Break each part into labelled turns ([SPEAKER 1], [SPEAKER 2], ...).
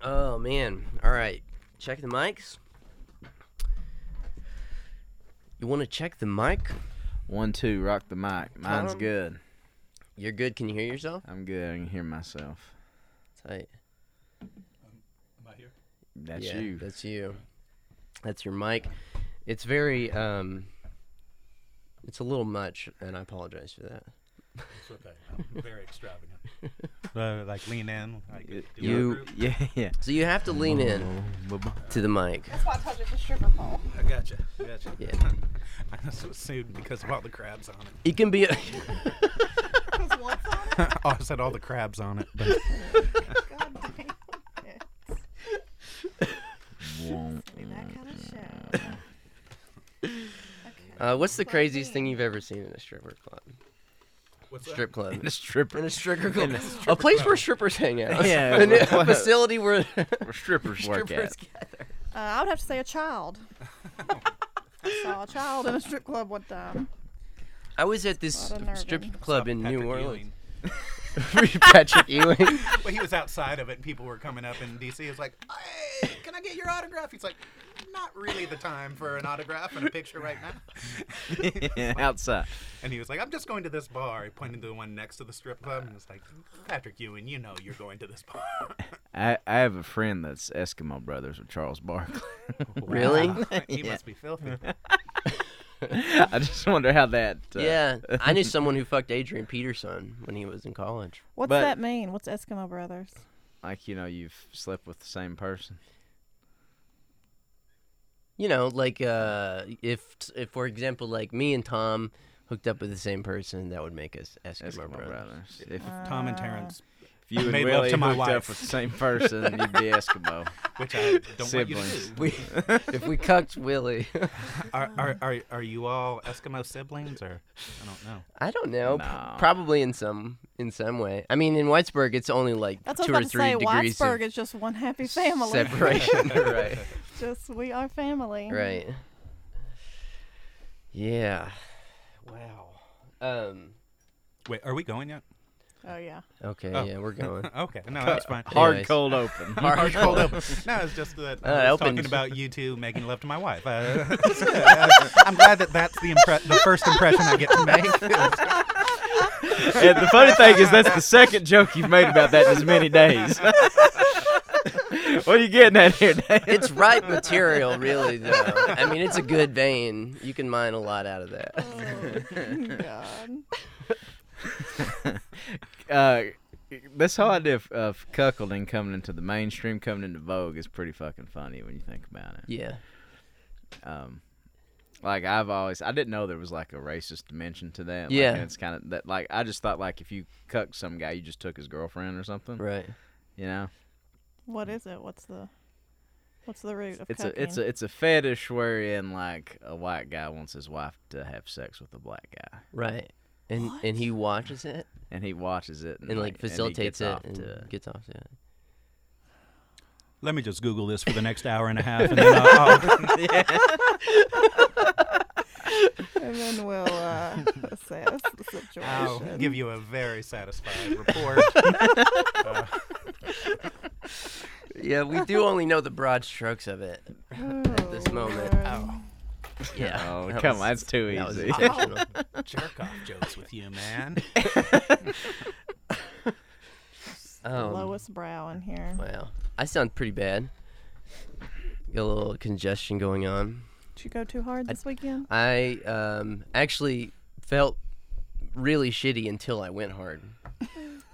[SPEAKER 1] Oh man. All right. Check the mics. You want to check the mic?
[SPEAKER 2] One, two, rock the mic. Mine's
[SPEAKER 1] Tom?
[SPEAKER 2] good.
[SPEAKER 1] You're good. Can you hear yourself?
[SPEAKER 2] I'm good. I can hear myself.
[SPEAKER 1] Tight.
[SPEAKER 3] Am I here?
[SPEAKER 2] That's
[SPEAKER 1] Yeah,
[SPEAKER 2] you.
[SPEAKER 1] That's you. That's your mic. It's very um it's a little much and I apologize for that.
[SPEAKER 3] It's okay. I'm very extravagant. Uh, like lean in. Like
[SPEAKER 2] It-
[SPEAKER 3] do a
[SPEAKER 2] you,
[SPEAKER 3] group.
[SPEAKER 2] yeah, yeah.
[SPEAKER 1] So you have to lean in to the mic.
[SPEAKER 4] That's why I told you it's a stripper pole.
[SPEAKER 3] I gotcha. I gotcha.
[SPEAKER 1] Yeah.
[SPEAKER 3] I so assumed because of all the crabs on
[SPEAKER 1] It can be a
[SPEAKER 4] Because what's on it?
[SPEAKER 3] it. oh, I said all the crabs on it. But
[SPEAKER 4] God damn it.
[SPEAKER 2] Womp.
[SPEAKER 4] Be that kind of show. Okay.
[SPEAKER 1] uh, what's the craziest thing you've ever seen in a stripper club?
[SPEAKER 3] what's that?
[SPEAKER 1] Strip club.
[SPEAKER 2] And a stripper.
[SPEAKER 1] In a stripper club. a place where strippers hang out.
[SPEAKER 2] Yeah,
[SPEAKER 1] An-
[SPEAKER 2] where-
[SPEAKER 1] a facility where
[SPEAKER 2] Where strippers work
[SPEAKER 1] strippers
[SPEAKER 2] at.
[SPEAKER 1] gather.
[SPEAKER 4] Uh, I would have to say a child. I saw a child in a strip club one time.
[SPEAKER 1] I was at this
[SPEAKER 4] Lot of nerve endings.
[SPEAKER 1] strip club in
[SPEAKER 3] Patrick
[SPEAKER 1] New Orleans.
[SPEAKER 3] Ewing.
[SPEAKER 1] Patrick Ewing.
[SPEAKER 3] Well, he was outside of it, and people were coming up in D.C. It's like, "Hey, can I get your autograph?" He's like, "Not really the time for an autograph and a picture right now."
[SPEAKER 2] Outside.
[SPEAKER 3] and he was like, "I'm just going to this bar." He pointed to the one next to the strip club, and it's like, "Patrick Ewing, you know you're going to this bar."
[SPEAKER 2] I, I have a friend that's Eskimo brothers with Charles Barkley.
[SPEAKER 1] Really?
[SPEAKER 3] he
[SPEAKER 2] Yeah.
[SPEAKER 3] must be filthy.
[SPEAKER 2] I just wonder how that. Uh,
[SPEAKER 1] Yeah, I knew someone who fucked Adrian Peterson when he was in college.
[SPEAKER 4] What's
[SPEAKER 2] But-
[SPEAKER 4] that mean? What's Eskimo Brothers?
[SPEAKER 2] Like you know, you've slept with the same person.
[SPEAKER 1] You know, like uh, if if for example, like me and Tom hooked up with the same person, that would make us Eskimo,
[SPEAKER 2] Eskimo
[SPEAKER 1] brothers.
[SPEAKER 2] brothers. If,
[SPEAKER 3] Tom and Terrence,
[SPEAKER 2] if you and
[SPEAKER 3] Uh, Made love
[SPEAKER 2] Willie
[SPEAKER 3] to my
[SPEAKER 2] hooked up
[SPEAKER 3] wife.
[SPEAKER 2] with the same person, you'd be Eskimo.
[SPEAKER 3] which I don't want you
[SPEAKER 2] Siblings.
[SPEAKER 3] to do.
[SPEAKER 1] We, if we cucked Willie,
[SPEAKER 3] Are, are, are, are you all Eskimo siblings, or I don't know.
[SPEAKER 1] I don't know. p-
[SPEAKER 2] No.
[SPEAKER 1] probably in some in some way. I mean, in Whitesburg, it's only like
[SPEAKER 4] That's what
[SPEAKER 1] two
[SPEAKER 4] I
[SPEAKER 1] or
[SPEAKER 4] was
[SPEAKER 1] three
[SPEAKER 4] about to say.
[SPEAKER 1] degrees
[SPEAKER 4] Whitesburg
[SPEAKER 1] of
[SPEAKER 4] is just one happy family.
[SPEAKER 1] separation. right,
[SPEAKER 4] Just we are family.
[SPEAKER 1] right. Yeah. Wow. Um.
[SPEAKER 3] Wait, are we going yet?
[SPEAKER 4] Oh yeah.
[SPEAKER 1] Okay.
[SPEAKER 3] Oh.
[SPEAKER 1] Yeah, we're going.
[SPEAKER 3] Okay, no, that's fine.
[SPEAKER 2] Hard
[SPEAKER 1] Anyways.
[SPEAKER 2] cold open.
[SPEAKER 3] Hard cold open. No, it's just that
[SPEAKER 1] Uh,
[SPEAKER 3] I was
[SPEAKER 1] open.
[SPEAKER 3] talking about you two making love to my wife. Uh, it's good. Uh, I'm glad that that's the impre- the first impression I get to make.
[SPEAKER 2] And the funny thing is, that's the second joke you've made about that in as many days. what are you getting at here, Dan?
[SPEAKER 1] it's right material, really. Though I mean, it's a good vein. You can mine a lot out of that.
[SPEAKER 4] Oh, God.
[SPEAKER 2] uh, this whole idea of, of cuckolding coming into the mainstream, coming into Vogue, is pretty fucking funny when you think about it.
[SPEAKER 1] Yeah.
[SPEAKER 2] Um, like I've always, I didn't know there was like a racist dimension to that. Like,
[SPEAKER 1] Yeah.
[SPEAKER 2] and it's kind of that. Like I just thought, like if you cucked some guy, you just took his girlfriend or something.
[SPEAKER 1] Right.
[SPEAKER 2] You know.
[SPEAKER 4] What is it? What's the What's the root of
[SPEAKER 2] It's a it's a it's a fetish wherein like a white guy wants his wife to have sex with a black guy,
[SPEAKER 1] Right. And and he watches it
[SPEAKER 2] and he watches it and,
[SPEAKER 1] and like
[SPEAKER 2] and he
[SPEAKER 1] facilitates
[SPEAKER 2] gets off
[SPEAKER 1] it and
[SPEAKER 2] to it.
[SPEAKER 1] gets off to it.
[SPEAKER 3] Let me just Google this for the next hour and a half, and then I'll,
[SPEAKER 4] and then we'll uh, assess the situation.
[SPEAKER 3] I'll, I'll give you a very satisfied report. Uh,
[SPEAKER 1] Yeah, we do only know the broad strokes of it.
[SPEAKER 4] at
[SPEAKER 1] this moment.
[SPEAKER 3] oh,
[SPEAKER 1] Yeah.
[SPEAKER 2] Oh
[SPEAKER 1] that
[SPEAKER 2] come
[SPEAKER 1] was-
[SPEAKER 2] on, that's too
[SPEAKER 1] that was
[SPEAKER 2] easy.
[SPEAKER 1] intentional.
[SPEAKER 3] jerk off jokes with you, man.
[SPEAKER 1] Um,
[SPEAKER 4] lowest brow in here.
[SPEAKER 1] Wow. I sound pretty bad. Got a little congestion going on.
[SPEAKER 4] Did you go too hard this weekend?
[SPEAKER 1] I um, actually felt really shitty until I went hard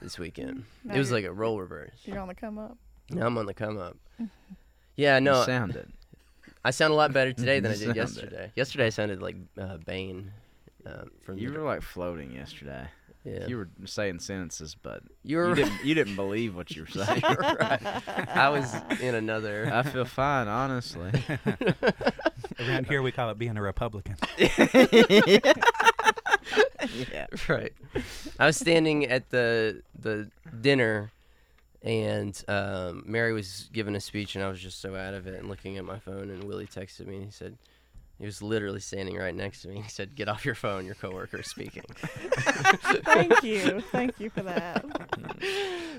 [SPEAKER 1] this weekend.
[SPEAKER 4] Now
[SPEAKER 1] it was
[SPEAKER 4] you're-
[SPEAKER 1] like a roll reverse.
[SPEAKER 4] You're on the come up.
[SPEAKER 1] Now I'm on the come up. Yeah,
[SPEAKER 2] You
[SPEAKER 1] no,
[SPEAKER 2] sound it.
[SPEAKER 1] I sound a lot better today than I
[SPEAKER 2] You
[SPEAKER 1] did
[SPEAKER 2] sound
[SPEAKER 1] yesterday. Yesterday I sounded like uh, Bane. Uh, from
[SPEAKER 2] You
[SPEAKER 1] the,
[SPEAKER 2] were like floating yesterday.
[SPEAKER 1] yeah.
[SPEAKER 2] You were saying sentences, but
[SPEAKER 1] You
[SPEAKER 2] you
[SPEAKER 1] were
[SPEAKER 2] didn't, you didn't believe what you were saying.
[SPEAKER 1] I was in another.
[SPEAKER 2] I feel fine, honestly.
[SPEAKER 3] Around here, we call it being a Republican.
[SPEAKER 2] yeah.
[SPEAKER 1] right. I was standing at the the dinner, and um, Mary was giving a speech, and I was just so out of it and looking at my phone. And Willie texted me and he said, He was literally standing right next to me. He said, "Get off your phone. Your coworker is speaking."
[SPEAKER 4] Thank you. Thank you for that.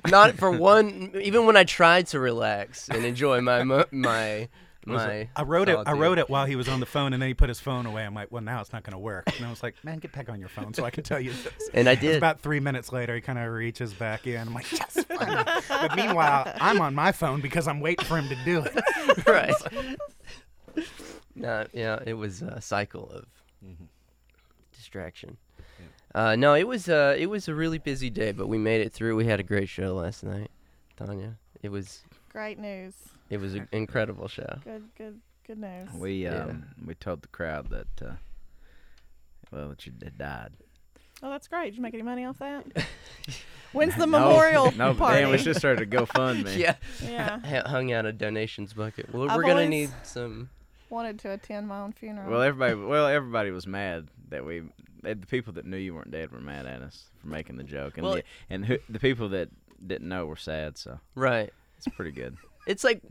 [SPEAKER 1] Not for one. Even when I tried to relax and enjoy my mo- my my.
[SPEAKER 3] I wrote it. I
[SPEAKER 1] solitude.
[SPEAKER 3] wrote it while he was on the phone, and then he put his phone away. I'm like, well, now it's not going to work. And I was like, man, get back on your phone so I can tell you this.
[SPEAKER 1] And I
[SPEAKER 3] It was
[SPEAKER 1] did.
[SPEAKER 3] About three minutes later, he kind of reaches back in. I'm like, yes. finally." but meanwhile, I'm on my phone because I'm waiting for him to do it.
[SPEAKER 1] right. no, yeah, it was a cycle of
[SPEAKER 2] Mm-hmm.
[SPEAKER 1] distraction. Uh, no, it was uh, it was a really busy day, but we made it through. We had a great show last night, Tanya. It was
[SPEAKER 4] Great news.
[SPEAKER 1] it was an incredible show.
[SPEAKER 4] Good, good, good news.
[SPEAKER 2] We
[SPEAKER 1] Yeah.
[SPEAKER 2] um we told the crowd that uh, well that you had died.
[SPEAKER 4] Oh, that's great. Did you make any money off that? When's the
[SPEAKER 2] No,
[SPEAKER 4] memorial
[SPEAKER 2] No, but
[SPEAKER 4] party?
[SPEAKER 2] damn, we should start a GoFundMe.
[SPEAKER 1] Yeah,
[SPEAKER 4] Yeah,
[SPEAKER 1] ha- hung out a donations bucket. Well,
[SPEAKER 4] I've
[SPEAKER 1] we're gonna
[SPEAKER 4] always-
[SPEAKER 1] need some.
[SPEAKER 4] wanted to attend my own funeral.
[SPEAKER 2] Well, everybody. Well, everybody was mad that we. The people that knew you weren't dead were mad at us for making the joke, and
[SPEAKER 1] Well,
[SPEAKER 2] the, and who, the people that didn't know were sad. So
[SPEAKER 1] Right.
[SPEAKER 2] it's pretty good.
[SPEAKER 1] It's like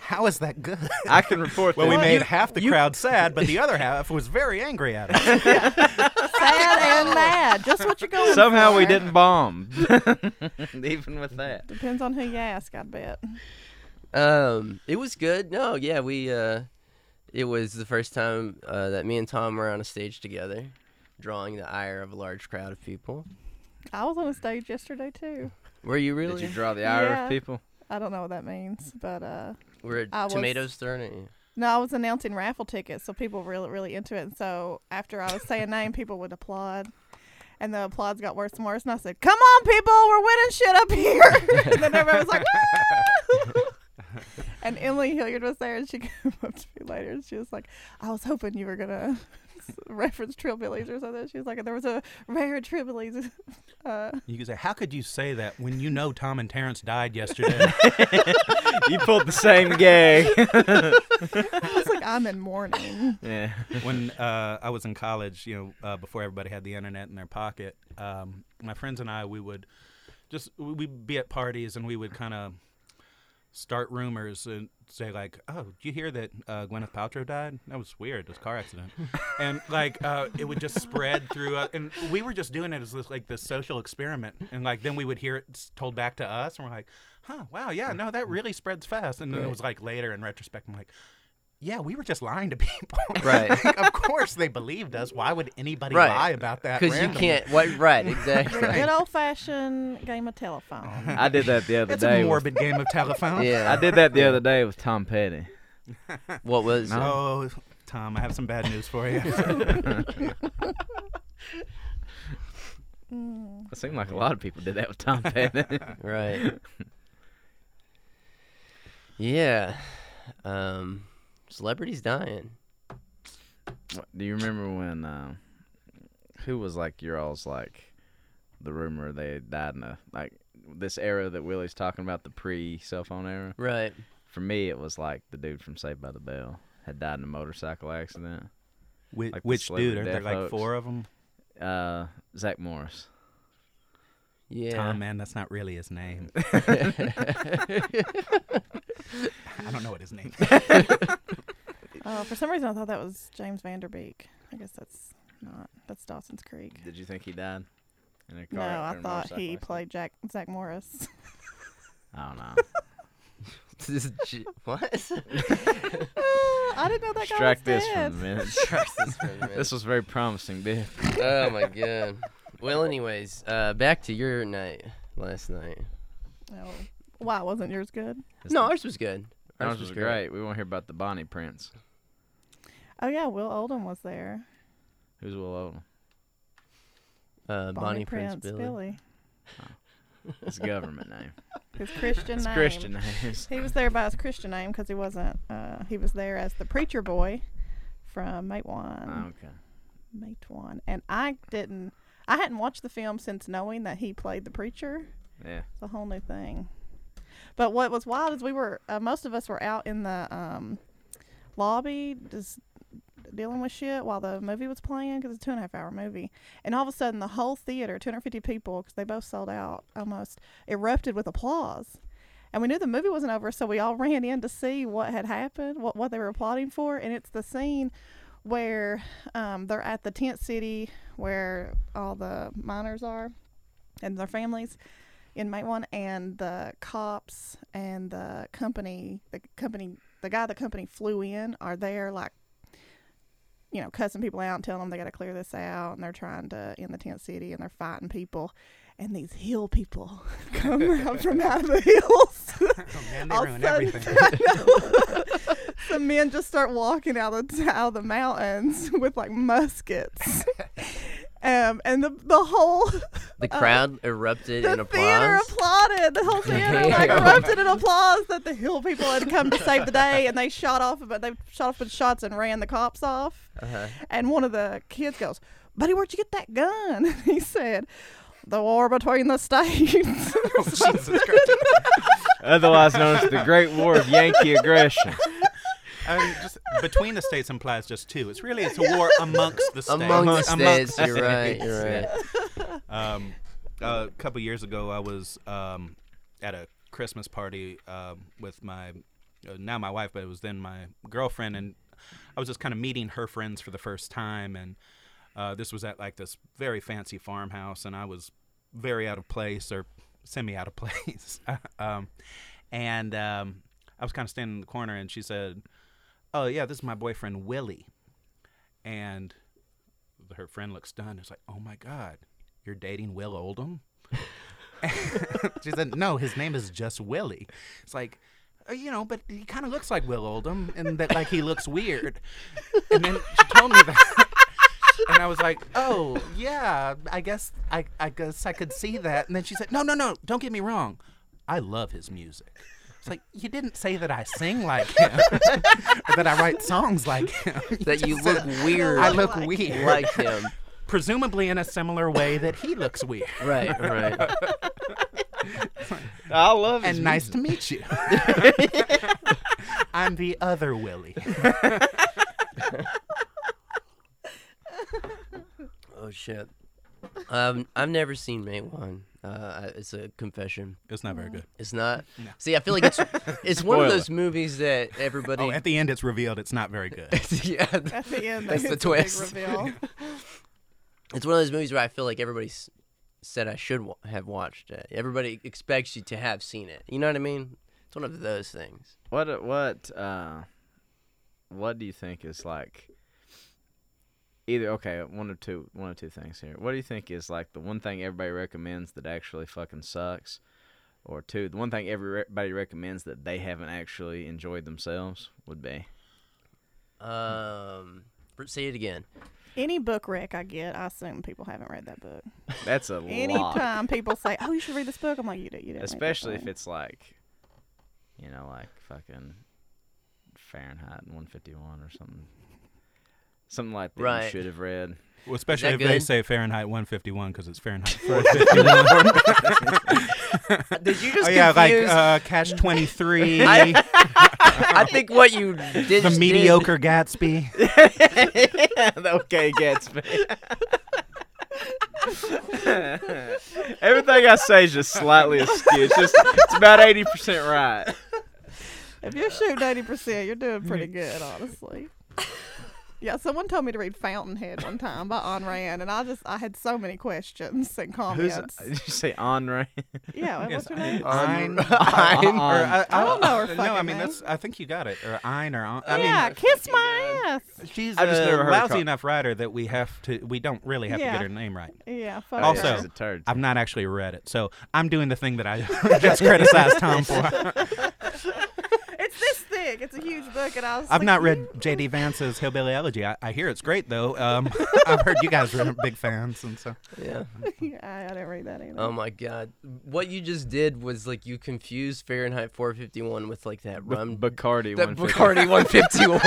[SPEAKER 3] How is that good?
[SPEAKER 2] I can report.
[SPEAKER 3] Well,
[SPEAKER 2] that
[SPEAKER 3] we
[SPEAKER 4] Well,
[SPEAKER 3] made
[SPEAKER 4] you-
[SPEAKER 3] half the crowd sad, but the other half was very angry at us.
[SPEAKER 4] Sad and mad. Just what you're going
[SPEAKER 2] somehow we
[SPEAKER 4] for.
[SPEAKER 2] didn't bomb, even with that.
[SPEAKER 4] Depends on who you ask, I bet.
[SPEAKER 1] Um, it was good. No, yeah, we uh, it was the first time uh, that me and Tom were on a stage together, drawing the ire of a large crowd of people.
[SPEAKER 4] I was on a stage yesterday too.
[SPEAKER 1] Were you
[SPEAKER 2] Did
[SPEAKER 1] really?
[SPEAKER 2] you draw the ire
[SPEAKER 4] Yeah.
[SPEAKER 2] of people?
[SPEAKER 4] I don't know what that means, but uh,
[SPEAKER 1] Were
[SPEAKER 4] I was-
[SPEAKER 1] tomatoes thrown at you?
[SPEAKER 4] no, I was announcing raffle tickets, so people were really, really into it. And so after I would say a name, people would applaud. And the applause got worse and worse. And I said, Come on, people, we're winning shit up here. and then everyone was like, "Woo!" And Emily Hilliard was there, and she came up to me later, and she was like, I was hoping you were going to reference Trillbillies or something. She was like, There was a rare Trillbillies. Uh,
[SPEAKER 3] You can say, how could you say that when you know Tom and Terrence died yesterday?
[SPEAKER 2] you pulled the same gag.
[SPEAKER 4] I was like, I'm in mourning.
[SPEAKER 2] yeah.
[SPEAKER 3] when uh, I was in college, you know, uh, before everybody had the internet in their pocket, um, my friends and I, we would just we- we'd be at parties and we would kind of start rumors and say like, "Oh, did you hear that uh, Gwyneth Paltrow died? That was weird. It was a car accident." and like uh, it would just spread through. Uh, and we were just doing it as this, like this social experiment. And like then we would hear it s- told back to us, and we're like, "Huh, wow, yeah, no, that really spreads fast." And then it was like later in retrospect, I'm like. Yeah, we were just lying to people.
[SPEAKER 1] Right.
[SPEAKER 3] Like, of course they believed us. Why would anybody
[SPEAKER 1] Right.
[SPEAKER 3] lie about that?
[SPEAKER 1] Because you
[SPEAKER 3] randomly?
[SPEAKER 1] can't. What? Right. Exactly.
[SPEAKER 4] A good old fashioned game of telephone.
[SPEAKER 2] I did that the other
[SPEAKER 3] It's
[SPEAKER 2] day.
[SPEAKER 3] a
[SPEAKER 2] with-
[SPEAKER 3] morbid game of telephone.
[SPEAKER 1] yeah.
[SPEAKER 2] I did that the other day with Tom Petty.
[SPEAKER 1] What was? it?
[SPEAKER 3] Oh, Tom, I have some bad news for you.
[SPEAKER 2] It seemed like a lot of people did that with Tom Petty.
[SPEAKER 1] Right. yeah. Um, celebrities dying.
[SPEAKER 2] What- Do you remember when um, who was like your all's like the rumor they had died in a like this era that Willie's talking about the pre cell phone era?
[SPEAKER 1] Right.
[SPEAKER 2] For me, it was like the dude from Saved by the Bell had died in a motorcycle accident.
[SPEAKER 3] Which,
[SPEAKER 2] Like the
[SPEAKER 3] which dude?
[SPEAKER 2] celebrity
[SPEAKER 3] Are there
[SPEAKER 2] death
[SPEAKER 3] like
[SPEAKER 2] hoax.
[SPEAKER 3] four of them?
[SPEAKER 2] Uh, Zach Morris.
[SPEAKER 1] Yeah.
[SPEAKER 3] Tom, man, that's not really his name. I don't know what his name is.
[SPEAKER 4] Oh, for some reason I thought that was James Vanderbeek. I guess that's not. That's Dawson's Creek.
[SPEAKER 2] Did you think he died? In a
[SPEAKER 4] No,
[SPEAKER 2] or
[SPEAKER 4] I
[SPEAKER 2] in a
[SPEAKER 4] thought
[SPEAKER 2] motorcycle
[SPEAKER 4] he
[SPEAKER 2] accident?
[SPEAKER 4] played Jack Zach Morris.
[SPEAKER 2] I don't know.
[SPEAKER 1] This is j- what?
[SPEAKER 4] I didn't know that guy was
[SPEAKER 2] Strike this
[SPEAKER 4] dead.
[SPEAKER 2] from the minutes.
[SPEAKER 1] this
[SPEAKER 2] this was very promising, dude.
[SPEAKER 1] oh my god. Well, anyways, uh, back to your night last night.
[SPEAKER 4] Oh. Why wasn't yours good?
[SPEAKER 1] No, ours was good.
[SPEAKER 2] That was, great. We want to hear about the Bonnie Prince.
[SPEAKER 4] Oh yeah, Will Oldham was there.
[SPEAKER 2] Who's Will Odom?
[SPEAKER 1] Uh, Bonnie, Prince, Billy.
[SPEAKER 2] His government name.
[SPEAKER 4] His Christian
[SPEAKER 2] It's
[SPEAKER 4] name.
[SPEAKER 2] Christian names.
[SPEAKER 4] He was there by his Christian name because he wasn't. Uh, he was there as the preacher boy from Matewan.
[SPEAKER 2] Oh, okay.
[SPEAKER 4] Mate one, and I didn't. I hadn't watched the film since knowing that he played the preacher.
[SPEAKER 2] Yeah.
[SPEAKER 4] It's a whole new thing. But what was wild is we were uh, most of us were out in the um, lobby just dealing with shit while the movie was playing because it's a two and a half hour movie, and all of a sudden the whole theater, 250 people, because they both sold out almost, erupted with applause. And we knew the movie wasn't over, so we all ran in to see what had happened, what, what they were plotting for. And it's the scene where um, they're at the tent city where all the miners are and their families in Mate One, and the cops and the company, the company, the guy the company flew in are there, like, you know, cussing people out and telling them they got to clear this out, and they're trying to in the tent city and they're fighting people. And these hill people come around from out of the hills.
[SPEAKER 3] Oh, man, they
[SPEAKER 4] All
[SPEAKER 3] ruin
[SPEAKER 4] sudden-
[SPEAKER 3] everything.
[SPEAKER 4] I know. Some men just start walking out of t- out of the mountains with like muskets, um, and the the whole uh,
[SPEAKER 1] The crowd erupted in
[SPEAKER 4] the theater
[SPEAKER 1] applause.
[SPEAKER 4] applauded. The whole theater like
[SPEAKER 1] Damn.
[SPEAKER 4] erupted in applause that the hill people had come to save the day, and they shot off, but they shot off with shots and ran the cops off.
[SPEAKER 1] Uh-huh.
[SPEAKER 4] And one of the kids goes, "Buddy, where'd you get that gun?" And he said, "The war between the states."
[SPEAKER 3] Oh, Jesus Christ.
[SPEAKER 2] Otherwise known as the Great War of Yankee Aggression.
[SPEAKER 3] I mean, just between the states implies just two. It's really it's a war amongst the states.
[SPEAKER 1] Among the
[SPEAKER 2] Amongst
[SPEAKER 1] states, you're right.
[SPEAKER 3] states.
[SPEAKER 1] You're right.
[SPEAKER 3] Um, a couple years ago, I was um, at a Christmas party um, with my uh, now my wife, but it was then my girlfriend, and I was just kind of meeting her friends for the first time, and uh, this was at like this very fancy farmhouse, and I was very out of place or semi out of place, um, and um, I was kind of standing in the corner, and she said, "Oh yeah, this is my boyfriend Willie," and her friend looks stunned. It's like, oh my God, you're dating Will Oldham? she said, no, his name is just Willie. It's like, "Uh, you know, but he kind of looks like Will Oldham and that like he looks weird. And then she told me that. And I was like, "Oh yeah, I guess I, I guess I could see that." And then she said, "No, no, no! Don't get me wrong. I love his music." It's like you didn't say that I sing like him, or that I write songs like him.
[SPEAKER 1] That you
[SPEAKER 3] just
[SPEAKER 1] look
[SPEAKER 3] said,
[SPEAKER 1] weird.
[SPEAKER 3] I look weird
[SPEAKER 1] like him.
[SPEAKER 3] presumably in a similar way that he looks weird.
[SPEAKER 1] Right, right.
[SPEAKER 2] I love his
[SPEAKER 3] And nice to meet you. I'm the other Willie.
[SPEAKER 1] Oh shit. Um, I've never seen May One. Uh, I- it's a confession.
[SPEAKER 3] It's not very good.
[SPEAKER 1] It's not. See, I feel like it's it's one of those movies that everybody.
[SPEAKER 3] Oh, at the end, it's revealed it's not very good.
[SPEAKER 1] yeah,
[SPEAKER 4] At the end,
[SPEAKER 1] That's the
[SPEAKER 4] it's a big
[SPEAKER 1] twist.
[SPEAKER 4] reveal.
[SPEAKER 1] it's one of those movies where I feel like everybody's said I should wa- have watched it. Everybody expects you to have seen it. You know what I mean? It's one of those things.
[SPEAKER 2] What what uh what do you think is like either okay, one of two one of two things here. What do you think is like the one thing everybody recommends that actually fucking sucks? Or two, the one thing everybody recommends that they haven't actually enjoyed themselves would be.
[SPEAKER 1] Um, r- say it again.
[SPEAKER 4] Any book rec I get, I assume people haven't read that book.
[SPEAKER 2] That's a lot.
[SPEAKER 4] Anytime people say, "Oh, you should read this book," I'm like, "You did, you did."
[SPEAKER 2] Especially if it's like you know, like fucking Fahrenheit and one fifty one or something. Something like that you
[SPEAKER 1] Right.
[SPEAKER 2] should have read.
[SPEAKER 3] Well, especially
[SPEAKER 1] that
[SPEAKER 3] if they
[SPEAKER 1] good?
[SPEAKER 3] say Fahrenheit 151 because it's Fahrenheit.
[SPEAKER 1] Did you just
[SPEAKER 3] oh yeah, like
[SPEAKER 1] confuse-
[SPEAKER 3] uh, Catch 23,
[SPEAKER 1] I- I think what you did.
[SPEAKER 3] the mediocre Gatsby.
[SPEAKER 2] okay, Gatsby. Everything I say is just slightly askew. It's just it's about eighty percent right.
[SPEAKER 4] if you're shooting eighty percent, you're doing
[SPEAKER 3] Mm.
[SPEAKER 4] pretty good, honestly. yeah, someone told me to read Fountainhead one time by Ayn Rand, and I just I had so many questions and
[SPEAKER 2] Who's uh,
[SPEAKER 4] comments.
[SPEAKER 2] did you say on right?
[SPEAKER 4] yeah, what- what's her name?
[SPEAKER 3] Ein.
[SPEAKER 2] On.
[SPEAKER 3] Or, I,
[SPEAKER 4] I don't know her
[SPEAKER 3] No, I
[SPEAKER 4] fucking
[SPEAKER 3] mean
[SPEAKER 4] name.
[SPEAKER 3] that's. I think you got it. Or Ein or Ayn. I
[SPEAKER 4] yeah,
[SPEAKER 3] mean,
[SPEAKER 4] kiss my ass.
[SPEAKER 3] she's
[SPEAKER 2] I've just
[SPEAKER 3] a
[SPEAKER 2] never heard her
[SPEAKER 3] lousy
[SPEAKER 2] called-
[SPEAKER 3] enough writer that we have to. We don't really have to
[SPEAKER 4] Yeah.
[SPEAKER 3] get her name right.
[SPEAKER 4] Yeah, fuck
[SPEAKER 2] Oh, yeah,
[SPEAKER 3] Also-
[SPEAKER 2] she's
[SPEAKER 4] her.
[SPEAKER 2] a turd.
[SPEAKER 3] I've not actually read it, so I'm doing the thing that I just criticized Tom for.
[SPEAKER 4] it's this thick. It's a huge book, and I was.
[SPEAKER 3] I've
[SPEAKER 4] like,
[SPEAKER 3] not read
[SPEAKER 4] "You-
[SPEAKER 3] J.D. Vance's Hillbilly Elegy. I, I hear it's great, though. Um, I've heard you guys are big fans, and so
[SPEAKER 1] Yeah.
[SPEAKER 4] Yeah, I, I didn't read that either.
[SPEAKER 1] Oh my god. What you just did was like you confused Fahrenheit 451 with like that rum
[SPEAKER 2] Bacardi.
[SPEAKER 1] that
[SPEAKER 2] 150.
[SPEAKER 1] Bacardi 151.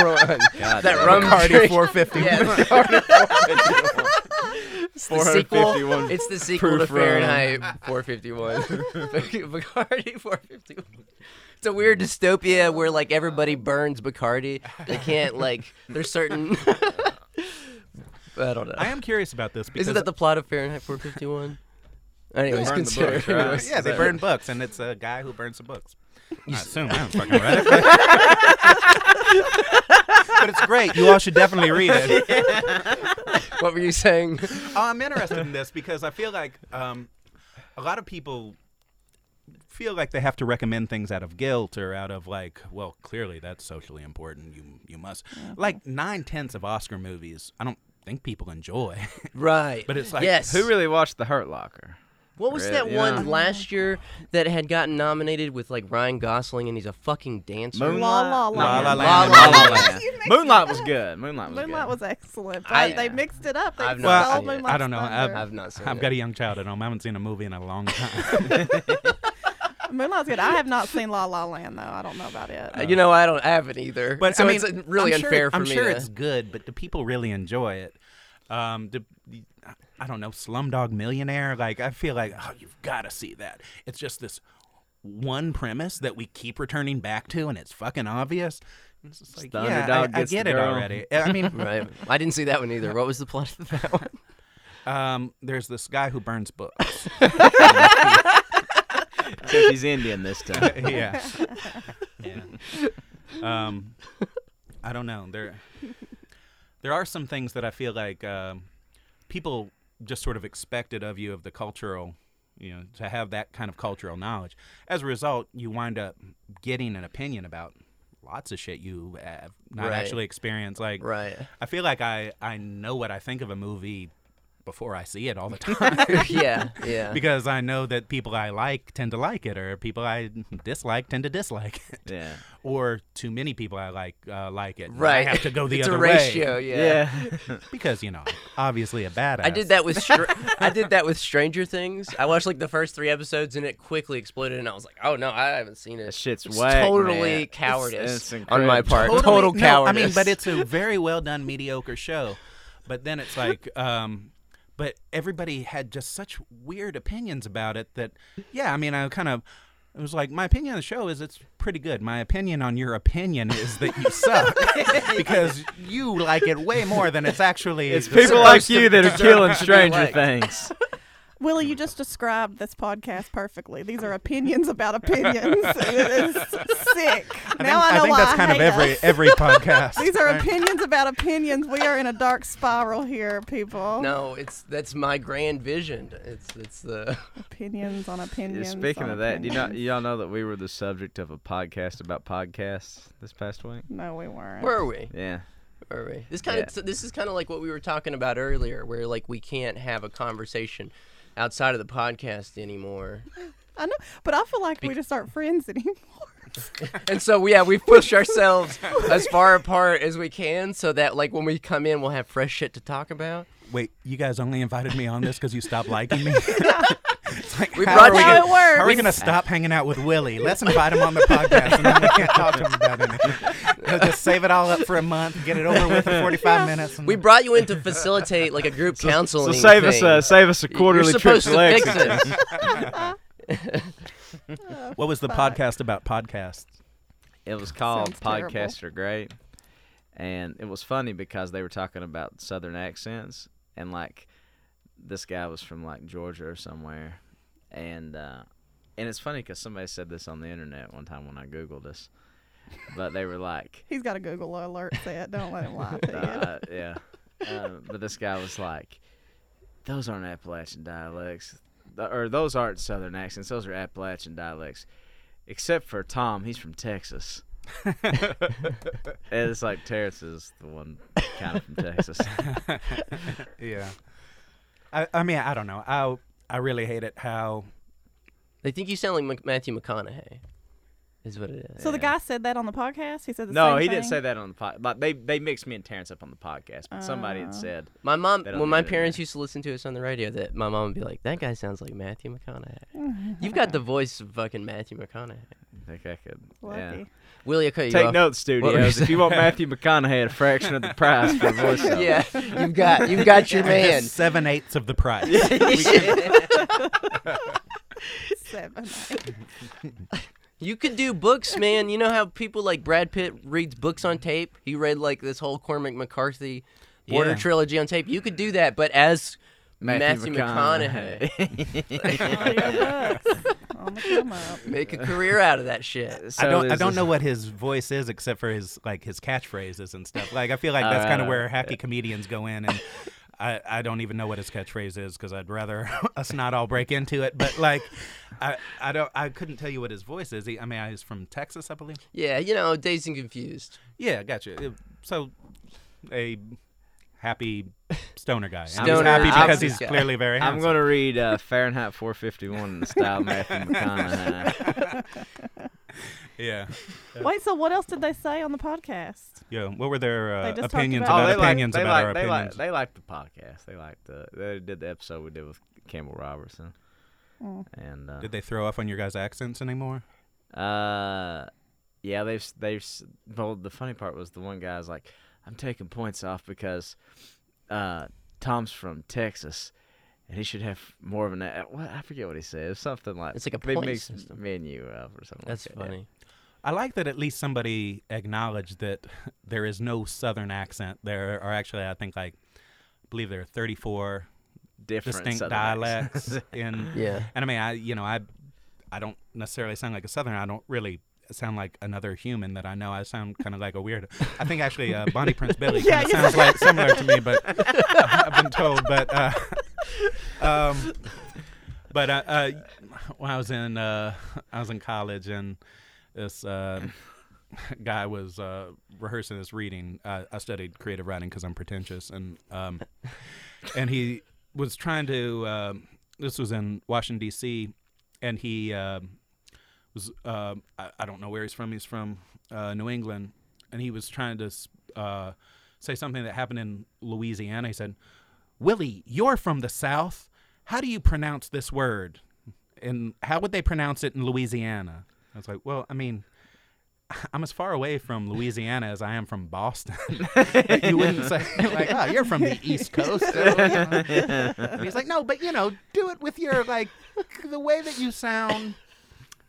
[SPEAKER 1] that
[SPEAKER 2] God damn.
[SPEAKER 1] rum
[SPEAKER 3] Cardi
[SPEAKER 1] drink.
[SPEAKER 3] 450.
[SPEAKER 1] Yeah, the Bacardi 451. It's the sequel.
[SPEAKER 2] 451
[SPEAKER 1] It's the sequel to
[SPEAKER 2] proof rum.
[SPEAKER 1] Fahrenheit 451. Bacardi 451. It's a weird dystopia where like everybody burns Bacardi. They can't like there's certain I don't know.
[SPEAKER 3] I am curious about this because
[SPEAKER 1] Isn't that the plot of Fahrenheit 451? Anyways,
[SPEAKER 2] burned the
[SPEAKER 1] consider.
[SPEAKER 2] book, right?
[SPEAKER 1] anyways,
[SPEAKER 3] yeah, they
[SPEAKER 2] that-
[SPEAKER 3] burn books, and it's a guy who burns the books. I assume I don't fucking read it, but, but it's great. You all should definitely read it.
[SPEAKER 1] What were you saying?
[SPEAKER 3] Oh, I'm interested in this because I feel like um, a lot of people feel like they have to recommend things out of guilt or out of like, well, clearly that's socially important. You you must like nine tenths of Oscar movies. I don't think people enjoy,
[SPEAKER 1] right.
[SPEAKER 3] but it's like
[SPEAKER 1] yes.
[SPEAKER 2] Who really watched The Hurt Locker?
[SPEAKER 1] What was that
[SPEAKER 2] Really? Yeah.
[SPEAKER 1] one last year that had gotten nominated with like Ryan Gosling and he's a fucking dancer?
[SPEAKER 2] Moonlight?
[SPEAKER 4] La La
[SPEAKER 3] La La Land.
[SPEAKER 4] Land.
[SPEAKER 1] La
[SPEAKER 2] and
[SPEAKER 1] La
[SPEAKER 2] La La
[SPEAKER 1] Land.
[SPEAKER 2] Land.
[SPEAKER 4] You mixed
[SPEAKER 2] Moonlight
[SPEAKER 4] it
[SPEAKER 2] was
[SPEAKER 4] up.
[SPEAKER 2] good. Moonlight was
[SPEAKER 4] Moonlight
[SPEAKER 2] good.
[SPEAKER 4] was excellent, but
[SPEAKER 1] I-
[SPEAKER 4] they mixed it up. They
[SPEAKER 1] I've
[SPEAKER 4] I've
[SPEAKER 1] not
[SPEAKER 4] not,
[SPEAKER 1] seen it.
[SPEAKER 4] Moonlight
[SPEAKER 3] I don't know,
[SPEAKER 4] Thunder.
[SPEAKER 1] I've not seen
[SPEAKER 3] I've
[SPEAKER 1] it.
[SPEAKER 3] got a young child at home. I haven't seen a movie in a long time.
[SPEAKER 4] Moonlight's good. I have not seen La La Land though. I don't know about it.
[SPEAKER 1] Uh, You know, I don't have it either.
[SPEAKER 3] But
[SPEAKER 1] so
[SPEAKER 3] I mean,
[SPEAKER 1] it's uh, really
[SPEAKER 3] I'm sure-
[SPEAKER 1] unfair for
[SPEAKER 3] I'm
[SPEAKER 1] me.
[SPEAKER 3] sure
[SPEAKER 1] to-
[SPEAKER 3] it's good, but do people really enjoy it? Um, do, I don't know, Slumdog Millionaire. Like, I feel like, oh, you've got to see that. It's just this one premise that we keep returning back to, and it's fucking obvious. It's just like,
[SPEAKER 2] the
[SPEAKER 3] yeah,
[SPEAKER 2] underdog
[SPEAKER 3] I, I
[SPEAKER 2] gets the
[SPEAKER 3] get it
[SPEAKER 2] girl.
[SPEAKER 3] already. I mean,
[SPEAKER 1] right. I didn't see that one either. What was the plot of that one?
[SPEAKER 3] um, there's this guy who burns books.
[SPEAKER 2] Except he's Indian this time.
[SPEAKER 3] yeah. yeah. Um, I don't know. There, there are some things that I feel like um, people just sort of expected of you of the cultural, you know, to have that kind of cultural knowledge. As a result, you wind up getting an opinion about lots of shit you have not
[SPEAKER 1] Right.
[SPEAKER 3] actually experienced. Like,
[SPEAKER 1] Right.
[SPEAKER 3] I feel like I I know what I think of a movie before I see it all the time
[SPEAKER 1] yeah. Yeah.
[SPEAKER 3] because I know that people I like tend to like it, or people I dislike tend to dislike it,
[SPEAKER 2] Yeah.
[SPEAKER 3] or too many people I like uh, like it. and
[SPEAKER 1] Right.
[SPEAKER 3] I have to go the
[SPEAKER 1] it's
[SPEAKER 3] other
[SPEAKER 1] a ratio.
[SPEAKER 3] way
[SPEAKER 1] Yeah.
[SPEAKER 2] Yeah.
[SPEAKER 3] because you know, obviously a badass.
[SPEAKER 1] I did that with Str- I did that with Stranger Things. I watched like the first three episodes and it quickly exploded, and I was like, "Oh no, I haven't seen it."
[SPEAKER 2] That shit's
[SPEAKER 1] It's
[SPEAKER 2] whack,
[SPEAKER 1] totally
[SPEAKER 2] man. It's-
[SPEAKER 1] cowardice
[SPEAKER 2] it's
[SPEAKER 1] on my
[SPEAKER 2] incredible.
[SPEAKER 1] part.
[SPEAKER 3] Totally-
[SPEAKER 1] Total
[SPEAKER 3] no,
[SPEAKER 1] cowardice.
[SPEAKER 3] I mean, but it's a very well done mediocre show. But then it's like, um, but everybody had just such weird opinions about it that, yeah, I mean, I kind of. It was like my opinion on the show is it's pretty good. My opinion on your opinion is that you suck because you like it way more than it's actually.
[SPEAKER 2] It's people like
[SPEAKER 1] supposed
[SPEAKER 2] you
[SPEAKER 1] to
[SPEAKER 2] that are
[SPEAKER 1] deserve
[SPEAKER 2] killing
[SPEAKER 1] to be
[SPEAKER 2] Stranger
[SPEAKER 1] liked.
[SPEAKER 2] Things.
[SPEAKER 4] Willie, you just described this podcast perfectly. These are opinions about opinions. it is sick. now I know
[SPEAKER 3] think
[SPEAKER 4] why
[SPEAKER 3] that's
[SPEAKER 4] I
[SPEAKER 3] kind of
[SPEAKER 4] hate
[SPEAKER 3] every
[SPEAKER 4] us.
[SPEAKER 3] every podcast.
[SPEAKER 4] These are opinions about opinions. We are in a dark spiral here, people.
[SPEAKER 1] no, it's that's my grand vision. It's it's the
[SPEAKER 4] Opinions on
[SPEAKER 2] Yeah,
[SPEAKER 4] opinions.
[SPEAKER 2] speaking
[SPEAKER 4] on
[SPEAKER 2] of that, do you know,
[SPEAKER 4] opinions.
[SPEAKER 2] y'all know that we were the subject of a podcast about podcasts this past week?
[SPEAKER 4] No, we weren't.
[SPEAKER 1] where are we?
[SPEAKER 2] Yeah.
[SPEAKER 1] Where are we? This kind of this is kind of like what we were talking about earlier, where like we can't have a conversation outside of the podcast anymore,
[SPEAKER 4] I know, but I feel like we just aren't friends anymore.
[SPEAKER 1] and so yeah, we've pushed ourselves as far apart as we can, so that like when we come in, we'll have fresh shit to talk about.
[SPEAKER 3] Wait, you guys only invited me on this because you stopped liking me. it's like
[SPEAKER 1] We
[SPEAKER 3] how
[SPEAKER 1] brought
[SPEAKER 3] are we
[SPEAKER 1] you-
[SPEAKER 3] gonna-
[SPEAKER 4] How it works.
[SPEAKER 3] How are we going to stop hanging out with Willie? Let's invite him on the podcast and then we can't talk to him about anything. He'll just save it all up for a month, get it over with in 45 minutes. And
[SPEAKER 1] We brought you in to facilitate like a group
[SPEAKER 2] So
[SPEAKER 1] counseling.
[SPEAKER 2] save us,
[SPEAKER 1] thing.
[SPEAKER 2] a, save us a quarterly
[SPEAKER 1] You're
[SPEAKER 2] trip
[SPEAKER 1] supposed to
[SPEAKER 2] to
[SPEAKER 1] fix
[SPEAKER 2] Lexington.
[SPEAKER 1] this.
[SPEAKER 3] what was the podcast about podcasts?
[SPEAKER 2] It was called
[SPEAKER 4] Sounds terrible.
[SPEAKER 2] Podcasts Are Great. And it was funny because they were talking about Southern accents. And, like, this guy was from, like, Georgia or somewhere. And, uh, and it's funny because somebody said this on the internet one time when I Googled this. But they were like,
[SPEAKER 4] He's got a Google alert set. Don't let him lie to you.
[SPEAKER 2] uh, yeah. Um, but this guy was like, "Those aren't Appalachian dialects, Th- or those aren't Southern accents. Those are Appalachian dialects, except for Tom. He's from Texas." and it's like Terrence is the one kind of from Texas.
[SPEAKER 3] Yeah. I, I mean, I don't know. I, I really hate it how.
[SPEAKER 1] They think you sound like Mc- Matthew McConaughey, is what it is.
[SPEAKER 4] So the guy said that on the podcast. He said the
[SPEAKER 2] no,
[SPEAKER 4] same
[SPEAKER 2] he didn't
[SPEAKER 4] thing?
[SPEAKER 2] say that on the podcast. Like they they mixed me and Terrence up on the podcast, but somebody
[SPEAKER 4] Oh.
[SPEAKER 2] had said,
[SPEAKER 1] my mom,
[SPEAKER 2] They don't
[SPEAKER 1] when
[SPEAKER 2] do
[SPEAKER 1] my
[SPEAKER 2] that in
[SPEAKER 1] parents used to listen to us on the radio, that my mom would be like, "That guy sounds like Matthew McConaughey. You've got the voice of fucking Matthew McConaughey."
[SPEAKER 2] "I think I could."
[SPEAKER 4] Lucky.
[SPEAKER 2] Yeah.
[SPEAKER 1] Willie, I cut you
[SPEAKER 2] Take
[SPEAKER 1] off.
[SPEAKER 2] notes,
[SPEAKER 1] What were you
[SPEAKER 2] studios. If you want Matthew McConaughey at a fraction of the price for a voice,
[SPEAKER 1] Yeah, you've got you've got your man.
[SPEAKER 3] Just seven eighths of the price.
[SPEAKER 4] Seven.
[SPEAKER 1] You could do books, man. You know how people like Brad Pitt reads books on tape? He read like this whole Cormac McCarthy Border
[SPEAKER 3] Yeah.
[SPEAKER 1] trilogy on tape. You could do that, but as Matthew
[SPEAKER 4] All your books. On the come up.
[SPEAKER 1] Make a career out of that shit.
[SPEAKER 2] So
[SPEAKER 3] I don't. I
[SPEAKER 2] there's
[SPEAKER 3] don't
[SPEAKER 2] this-
[SPEAKER 3] know what his voice is, except for his like his catchphrases and stuff. Like I feel like that's kind of
[SPEAKER 2] Uh,
[SPEAKER 3] where happy comedians go in, and I, I don't even know what his catchphrase is because I'd rather us not all break into it. But like, I I don't. I couldn't tell you what his voice is. He, I mean, he's from Texas, I believe.
[SPEAKER 1] Yeah, you know, dazed and confused.
[SPEAKER 3] Yeah, gotcha. It- So a happy stoner guy. And he's
[SPEAKER 1] Stoner,
[SPEAKER 3] happy because
[SPEAKER 1] opposite
[SPEAKER 3] he's
[SPEAKER 1] guy.
[SPEAKER 3] clearly very handsome.
[SPEAKER 2] I'm going to read uh, Fahrenheit 451 in the style of Matthew McConaughey.
[SPEAKER 3] Yeah.
[SPEAKER 4] Wait, so what else did they say on the podcast?
[SPEAKER 3] Yeah. What were their uh,
[SPEAKER 4] They just talked
[SPEAKER 3] opinions
[SPEAKER 4] about-
[SPEAKER 3] about,
[SPEAKER 4] Oh, they
[SPEAKER 3] opinions
[SPEAKER 2] they
[SPEAKER 3] about
[SPEAKER 2] like,
[SPEAKER 3] our
[SPEAKER 2] they like,
[SPEAKER 3] opinions?
[SPEAKER 2] they like the podcast. They like the they did the episode we did with Campbell Robertson.
[SPEAKER 4] Mm.
[SPEAKER 2] And uh,
[SPEAKER 3] Did they throw off on your guys' accents anymore?
[SPEAKER 2] Uh, yeah, they've s- they've. s- Well, the funny part was the one guy's like, "I'm taking points off because uh, Tom's from Texas, and he should have more of an a- what I forget what he said. It was something like
[SPEAKER 1] It's like a
[SPEAKER 2] big
[SPEAKER 1] point
[SPEAKER 2] mixed
[SPEAKER 1] system.
[SPEAKER 2] menu up or something.
[SPEAKER 1] That's
[SPEAKER 2] like that.
[SPEAKER 1] funny.
[SPEAKER 3] I like that at least somebody acknowledged that there is no Southern accent. There are actually, I think, like, I believe there are 34
[SPEAKER 2] Different
[SPEAKER 3] distinct
[SPEAKER 2] Southern accents.
[SPEAKER 3] dialects. in,
[SPEAKER 1] Yeah.
[SPEAKER 3] and I mean, I you know, I I don't necessarily sound like a Southern. I don't really sound like another human that I know. I sound kind of like a weirdo. I think actually, uh, Bonnie Prince Billy
[SPEAKER 4] Yeah,
[SPEAKER 3] kind of
[SPEAKER 4] you-
[SPEAKER 3] sounds like similar to me, but I've been told. But uh, um, but uh, uh, when I was in uh, I was in college and this uh, guy was uh, rehearsing his reading. I, I studied creative writing because I'm pretentious, and um, and he was trying to. um this was in Washington D.C., and he um was. um I, I don't know where he's from. He's from uh, New England, and he was trying to s- uh, say something that happened in Louisiana. He said, "Willie, you're from the South. How do you pronounce this word?" And how would they pronounce it in Louisiana? I was like, well, I mean, I'm as far away from Louisiana as I am from Boston. Like, you wouldn't say like, oh, you're from the East Coast. so, you know. And he's like, no, but you know, do it with your like the way that you sound,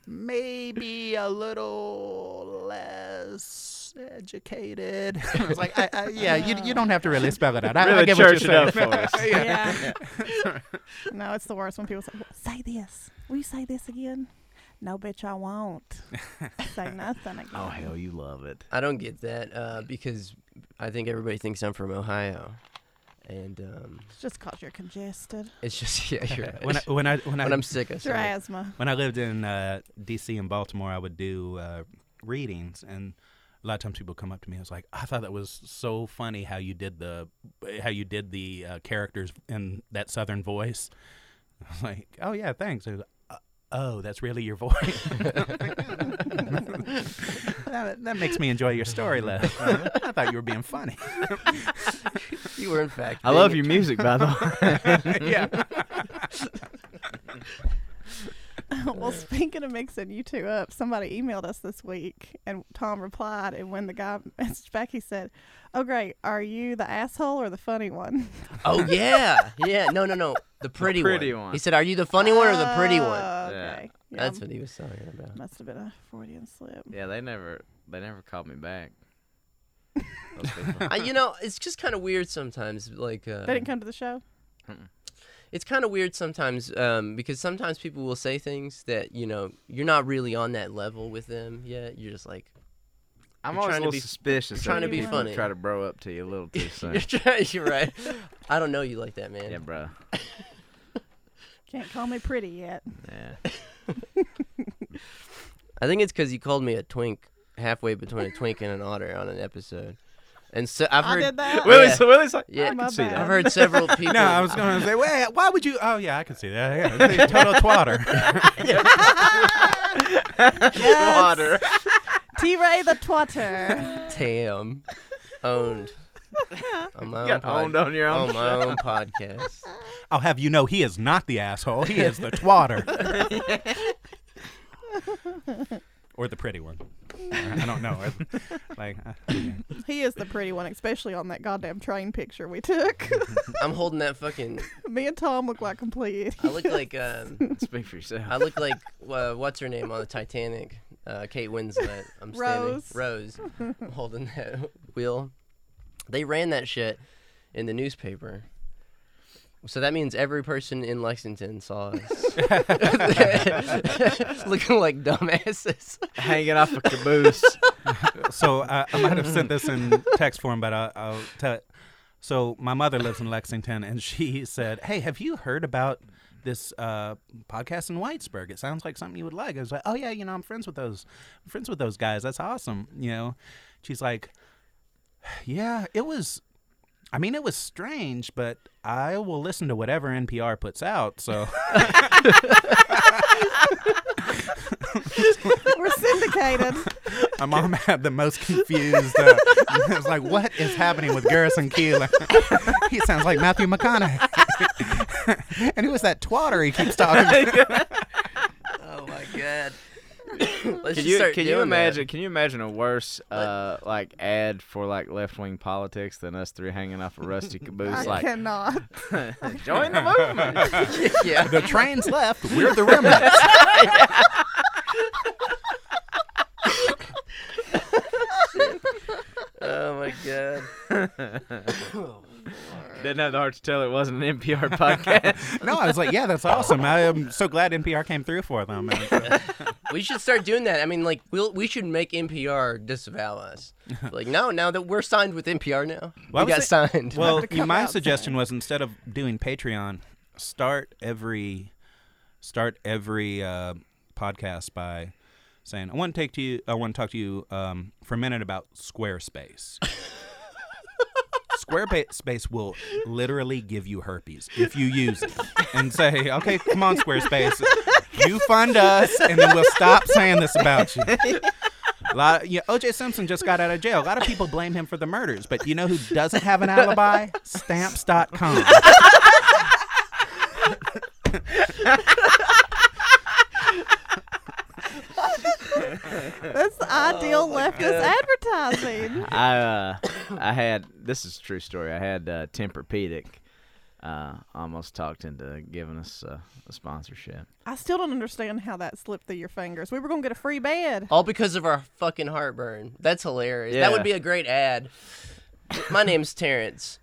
[SPEAKER 3] maybe a little less educated. I was like, I, I, yeah, you, you don't have to really spell it out. I, I
[SPEAKER 2] Really
[SPEAKER 3] get what you're
[SPEAKER 2] church it up
[SPEAKER 3] saying.
[SPEAKER 2] for us.
[SPEAKER 4] Yeah. no, it's the worst when people say, "Well, "Say this." Will you say this again? No, bitch, I won't. say nothing again.
[SPEAKER 2] Oh hell, you love it.
[SPEAKER 1] I don't get that uh, because I think everybody thinks I'm from Ohio, and um,
[SPEAKER 4] It's just cause you're congested.
[SPEAKER 1] it's just yeah, you're right.
[SPEAKER 3] When I, when I when I
[SPEAKER 1] When I'm sick, I
[SPEAKER 4] It's your
[SPEAKER 1] say it.
[SPEAKER 4] asthma.
[SPEAKER 3] when I lived in uh, D.C. and Baltimore, I would do uh, readings, and a lot of times people come up to me. and was like, I thought that was so funny how you did the how you did the uh, characters in that Southern voice. I was like, oh yeah, thanks. They was like, "Uh, Oh, that's really your voice. that, that makes me enjoy your story less. I thought you were being funny.
[SPEAKER 1] you were in fact.
[SPEAKER 2] I love
[SPEAKER 1] being-
[SPEAKER 2] your music, by the way.
[SPEAKER 3] yeah.
[SPEAKER 4] well, speaking of mixing you two up, somebody emailed us this week, and Tom replied. And when the guy messaged back, he said, "Oh great, are you the asshole or the funny one?"
[SPEAKER 1] Oh yeah, yeah. No, no, no. The pretty,
[SPEAKER 2] pretty one.
[SPEAKER 1] He said, "Are you the funny one or the pretty one?"
[SPEAKER 4] Oh,
[SPEAKER 2] Yeah.
[SPEAKER 4] Okay. Yeah.
[SPEAKER 1] That's what he was talking about.
[SPEAKER 4] Must have been a Freudian slip.
[SPEAKER 2] yeah, they never they never called me back. Those people.
[SPEAKER 1] I, you know, it's just kind of weird sometimes. Like uh,
[SPEAKER 4] They didn't come to the show.
[SPEAKER 1] it's kind of weird sometimes um, because sometimes people will say things that you know you're not really on that level with them yet. You're just like
[SPEAKER 2] I'm
[SPEAKER 1] You're
[SPEAKER 2] always a
[SPEAKER 1] trying to
[SPEAKER 2] little
[SPEAKER 1] be-
[SPEAKER 2] suspicious.
[SPEAKER 1] you're trying
[SPEAKER 2] that
[SPEAKER 1] to be
[SPEAKER 2] people
[SPEAKER 1] funny.
[SPEAKER 2] Try to bro up to you a little too soon.
[SPEAKER 1] you're, trying, you're right. I don't know you like that, man.
[SPEAKER 2] yeah, bro.
[SPEAKER 4] Can't call me pretty yet.
[SPEAKER 2] Yeah.
[SPEAKER 1] I think it's because you called me a twink halfway between a twink and an otter on an episode, and so I've
[SPEAKER 4] I
[SPEAKER 1] heard.
[SPEAKER 4] did that.
[SPEAKER 1] Wait,
[SPEAKER 2] Willie's,
[SPEAKER 1] Yeah.
[SPEAKER 2] Willie's like,
[SPEAKER 1] Yeah,
[SPEAKER 2] yeah, "Ah, I
[SPEAKER 4] My
[SPEAKER 2] can see
[SPEAKER 4] bad.
[SPEAKER 1] I've
[SPEAKER 2] that.
[SPEAKER 1] heard several people.
[SPEAKER 3] No, I was going to say, wait, why would you? Oh, yeah, I can see that. Yeah, it's a total twatter.
[SPEAKER 4] Yes.
[SPEAKER 2] Water.
[SPEAKER 4] T Ray the Twatter.
[SPEAKER 1] Damn, owned. On my
[SPEAKER 2] You
[SPEAKER 1] own
[SPEAKER 2] got
[SPEAKER 1] pod-
[SPEAKER 2] owned on your
[SPEAKER 1] on
[SPEAKER 2] own.
[SPEAKER 1] Oh, my own podcast.
[SPEAKER 3] I'll have you know he is not the asshole. He is the twatter. or the pretty one. I I don't know. Like, I-
[SPEAKER 4] he is the pretty one, especially on that goddamn train picture we took.
[SPEAKER 1] I'm holding that fucking.
[SPEAKER 4] Me and Tom look like complete.
[SPEAKER 1] I look like um,
[SPEAKER 2] Speak for yourself.
[SPEAKER 1] I look like uh, what's her name on the Titanic, uh, Kate Winslet. I'm standing
[SPEAKER 4] Rose.
[SPEAKER 1] Rose, I'm holding that wheel. They ran that shit in the newspaper. So that means every person in Lexington saw us looking like dumbasses.
[SPEAKER 2] hanging off a caboose.
[SPEAKER 3] so I, I might have sent this in text form, but I'll, I'll tell it. So my mother lives in Lexington, and she said, "Hey, have you heard about this uh, podcast in Whitesburg? It sounds like something you would like." I was like, "Oh yeah, you know, I'm friends with those, I'm friends with those guys. That's awesome." You know, she's like, "Yeah, it was." I mean, it was strange, but I will listen to whatever NPR puts out. So
[SPEAKER 4] We're syndicated.
[SPEAKER 3] my mom had the most confused. Uh, I was like, "What is happening with Garrison Keeler? he sounds like Matthew McConaughey." and who is that twatter he keeps talking? to?
[SPEAKER 1] Oh my god.
[SPEAKER 2] Can you can you imagine can you imagine a worse uh, like ad for like left wing politics than us three hanging off a rusty
[SPEAKER 4] I
[SPEAKER 2] caboose like
[SPEAKER 4] cannot.
[SPEAKER 2] join the movement?
[SPEAKER 1] yeah.
[SPEAKER 3] The train's left. We're the remnants.
[SPEAKER 1] Oh my god.
[SPEAKER 2] Oh, Didn't have the heart to tell it wasn't an NPR podcast.
[SPEAKER 3] No, I was like, "Yeah, that's awesome. I am so glad NPR came through for them." And, uh,
[SPEAKER 1] We should start doing that. I mean, like, we'll, we should make NPR disavow us. Like, no, now that we're signed with NPR now,
[SPEAKER 3] Well, I
[SPEAKER 1] we got
[SPEAKER 3] was
[SPEAKER 1] signed.
[SPEAKER 3] well,
[SPEAKER 4] come
[SPEAKER 3] my
[SPEAKER 4] outside.
[SPEAKER 3] suggestion was instead of doing Patreon, start every start every uh, podcast by saying, "I want to take to you. I want to talk to you um, for a minute about Squarespace." Squarespace will literally give you herpes if you use it and say, okay, come on, Squarespace. You fund us, and then we'll stop saying this about you. A lot you know, OJ Simpson just got out of jail. A lot of people blame him for the murders, but you know who doesn't have an alibi? Stamps.com.
[SPEAKER 4] That's ideal leftist advertising.
[SPEAKER 2] I uh, I had this is a true story. I had uh, Tempur-Pedic uh, almost talked into giving us uh, a sponsorship.
[SPEAKER 4] I still don't understand how that slipped through your fingers. We were gonna get a free bed.
[SPEAKER 1] All because of our fucking heartburn. That's hilarious. That
[SPEAKER 2] Yeah.
[SPEAKER 1] would be a great ad. My name's Terrence.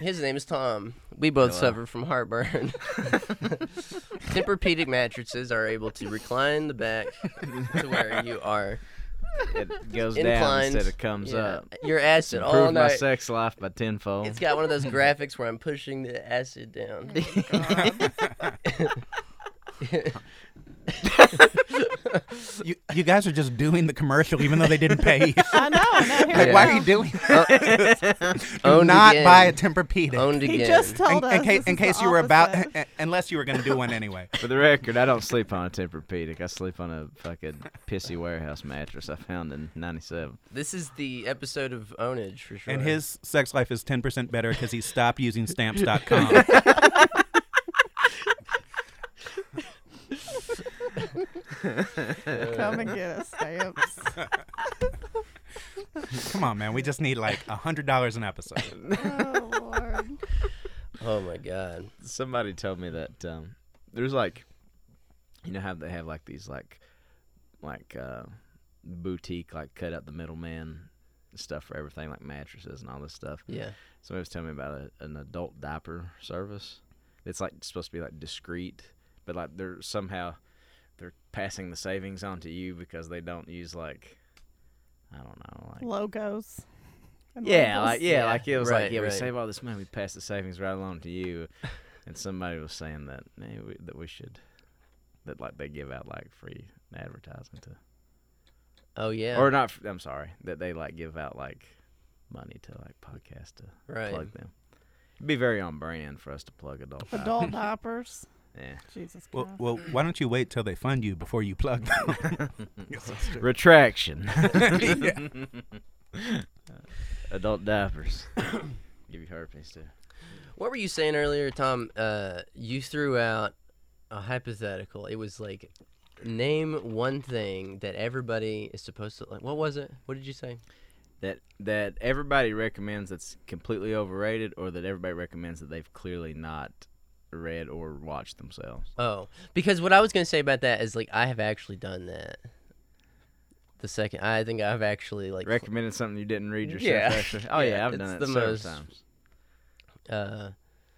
[SPEAKER 1] His name's Tom. We both suffer from heartburn. Tempur-Pedic mattresses are able to recline the back to where you are
[SPEAKER 2] It goes down
[SPEAKER 1] inclined.
[SPEAKER 2] instead of comes
[SPEAKER 1] Yeah.
[SPEAKER 2] up.
[SPEAKER 1] Your acid all
[SPEAKER 2] Improved my
[SPEAKER 1] night.
[SPEAKER 2] sex life by tenfold.
[SPEAKER 1] It's got one of those graphics where I'm pushing the acid down.
[SPEAKER 3] You, you guys are just doing the commercial even though they didn't pay you.
[SPEAKER 4] I know. I know. Here
[SPEAKER 3] Like,
[SPEAKER 4] we
[SPEAKER 3] why
[SPEAKER 4] go.
[SPEAKER 3] are you doing this? Do
[SPEAKER 1] Uh, owned
[SPEAKER 3] not
[SPEAKER 1] again.
[SPEAKER 3] buy a Tempur-Pedic.
[SPEAKER 1] Owned
[SPEAKER 4] He
[SPEAKER 1] again.
[SPEAKER 4] just
[SPEAKER 3] In,
[SPEAKER 4] told us.
[SPEAKER 3] in case,
[SPEAKER 4] this
[SPEAKER 3] in
[SPEAKER 4] is the
[SPEAKER 3] case you were about,
[SPEAKER 4] opposite.
[SPEAKER 3] unless you were going to do one anyway.
[SPEAKER 2] For the record, I don't sleep on a Tempur-Pedic. I sleep on a fucking pissy warehouse mattress I found in '97.
[SPEAKER 1] This is the episode of Ownage for sure.
[SPEAKER 3] And his sex life is 10% better because he stopped using stamps.com.
[SPEAKER 4] Come and get us stamps.
[SPEAKER 3] Come on, man. We just need like $100 an episode.
[SPEAKER 4] oh Lord.
[SPEAKER 1] Oh my god.
[SPEAKER 2] Somebody told me that um, there's like, you know how they have like these like, like uh, boutique like cut out the middleman stuff for everything like mattresses and all this stuff.
[SPEAKER 1] Yeah.
[SPEAKER 2] Somebody was telling me about a, an adult diaper service. It's like supposed to be like discreet, but like they're somehow they're passing the savings on to you because they don't use like I don't know like
[SPEAKER 4] Logos. and
[SPEAKER 2] yeah
[SPEAKER 4] labels.
[SPEAKER 2] like yeah,
[SPEAKER 1] Yeah,
[SPEAKER 2] like it was
[SPEAKER 1] right,
[SPEAKER 2] like yeah
[SPEAKER 1] right.
[SPEAKER 2] we save all this money we pass the savings right along to you, and somebody was saying that maybe we, that we should that like they give out like free advertising to
[SPEAKER 1] Oh yeah.
[SPEAKER 2] or not f- I'm sorry that they like give out like money to like podcasts to
[SPEAKER 1] right.
[SPEAKER 2] plug them. It'd be very on brand for us to plug adult.
[SPEAKER 4] Adult diapers.
[SPEAKER 2] Yeah.
[SPEAKER 4] Jesus
[SPEAKER 3] Well,
[SPEAKER 4] Christ.
[SPEAKER 3] well, why don't you wait till they fund you before you plug them?
[SPEAKER 2] Retraction. adult diapers. Give you herpes too.
[SPEAKER 1] What were you saying earlier, Tom? Uh, you threw out a hypothetical. It was like, name one thing that everybody is supposed to like. What was it? What did you say?
[SPEAKER 2] That that everybody recommends that's completely overrated, or that everybody recommends that they've clearly not read or watched themselves.
[SPEAKER 1] Oh, because what I was gonna say about that is like I have actually done that. The second, I think I've actually like
[SPEAKER 2] Recommended something you didn't read yourself.
[SPEAKER 1] Yeah.
[SPEAKER 2] Actually. Oh yeah,
[SPEAKER 1] Yeah,
[SPEAKER 2] I've done
[SPEAKER 1] it's
[SPEAKER 2] it
[SPEAKER 1] the
[SPEAKER 2] several
[SPEAKER 1] most-
[SPEAKER 2] times.
[SPEAKER 1] uh,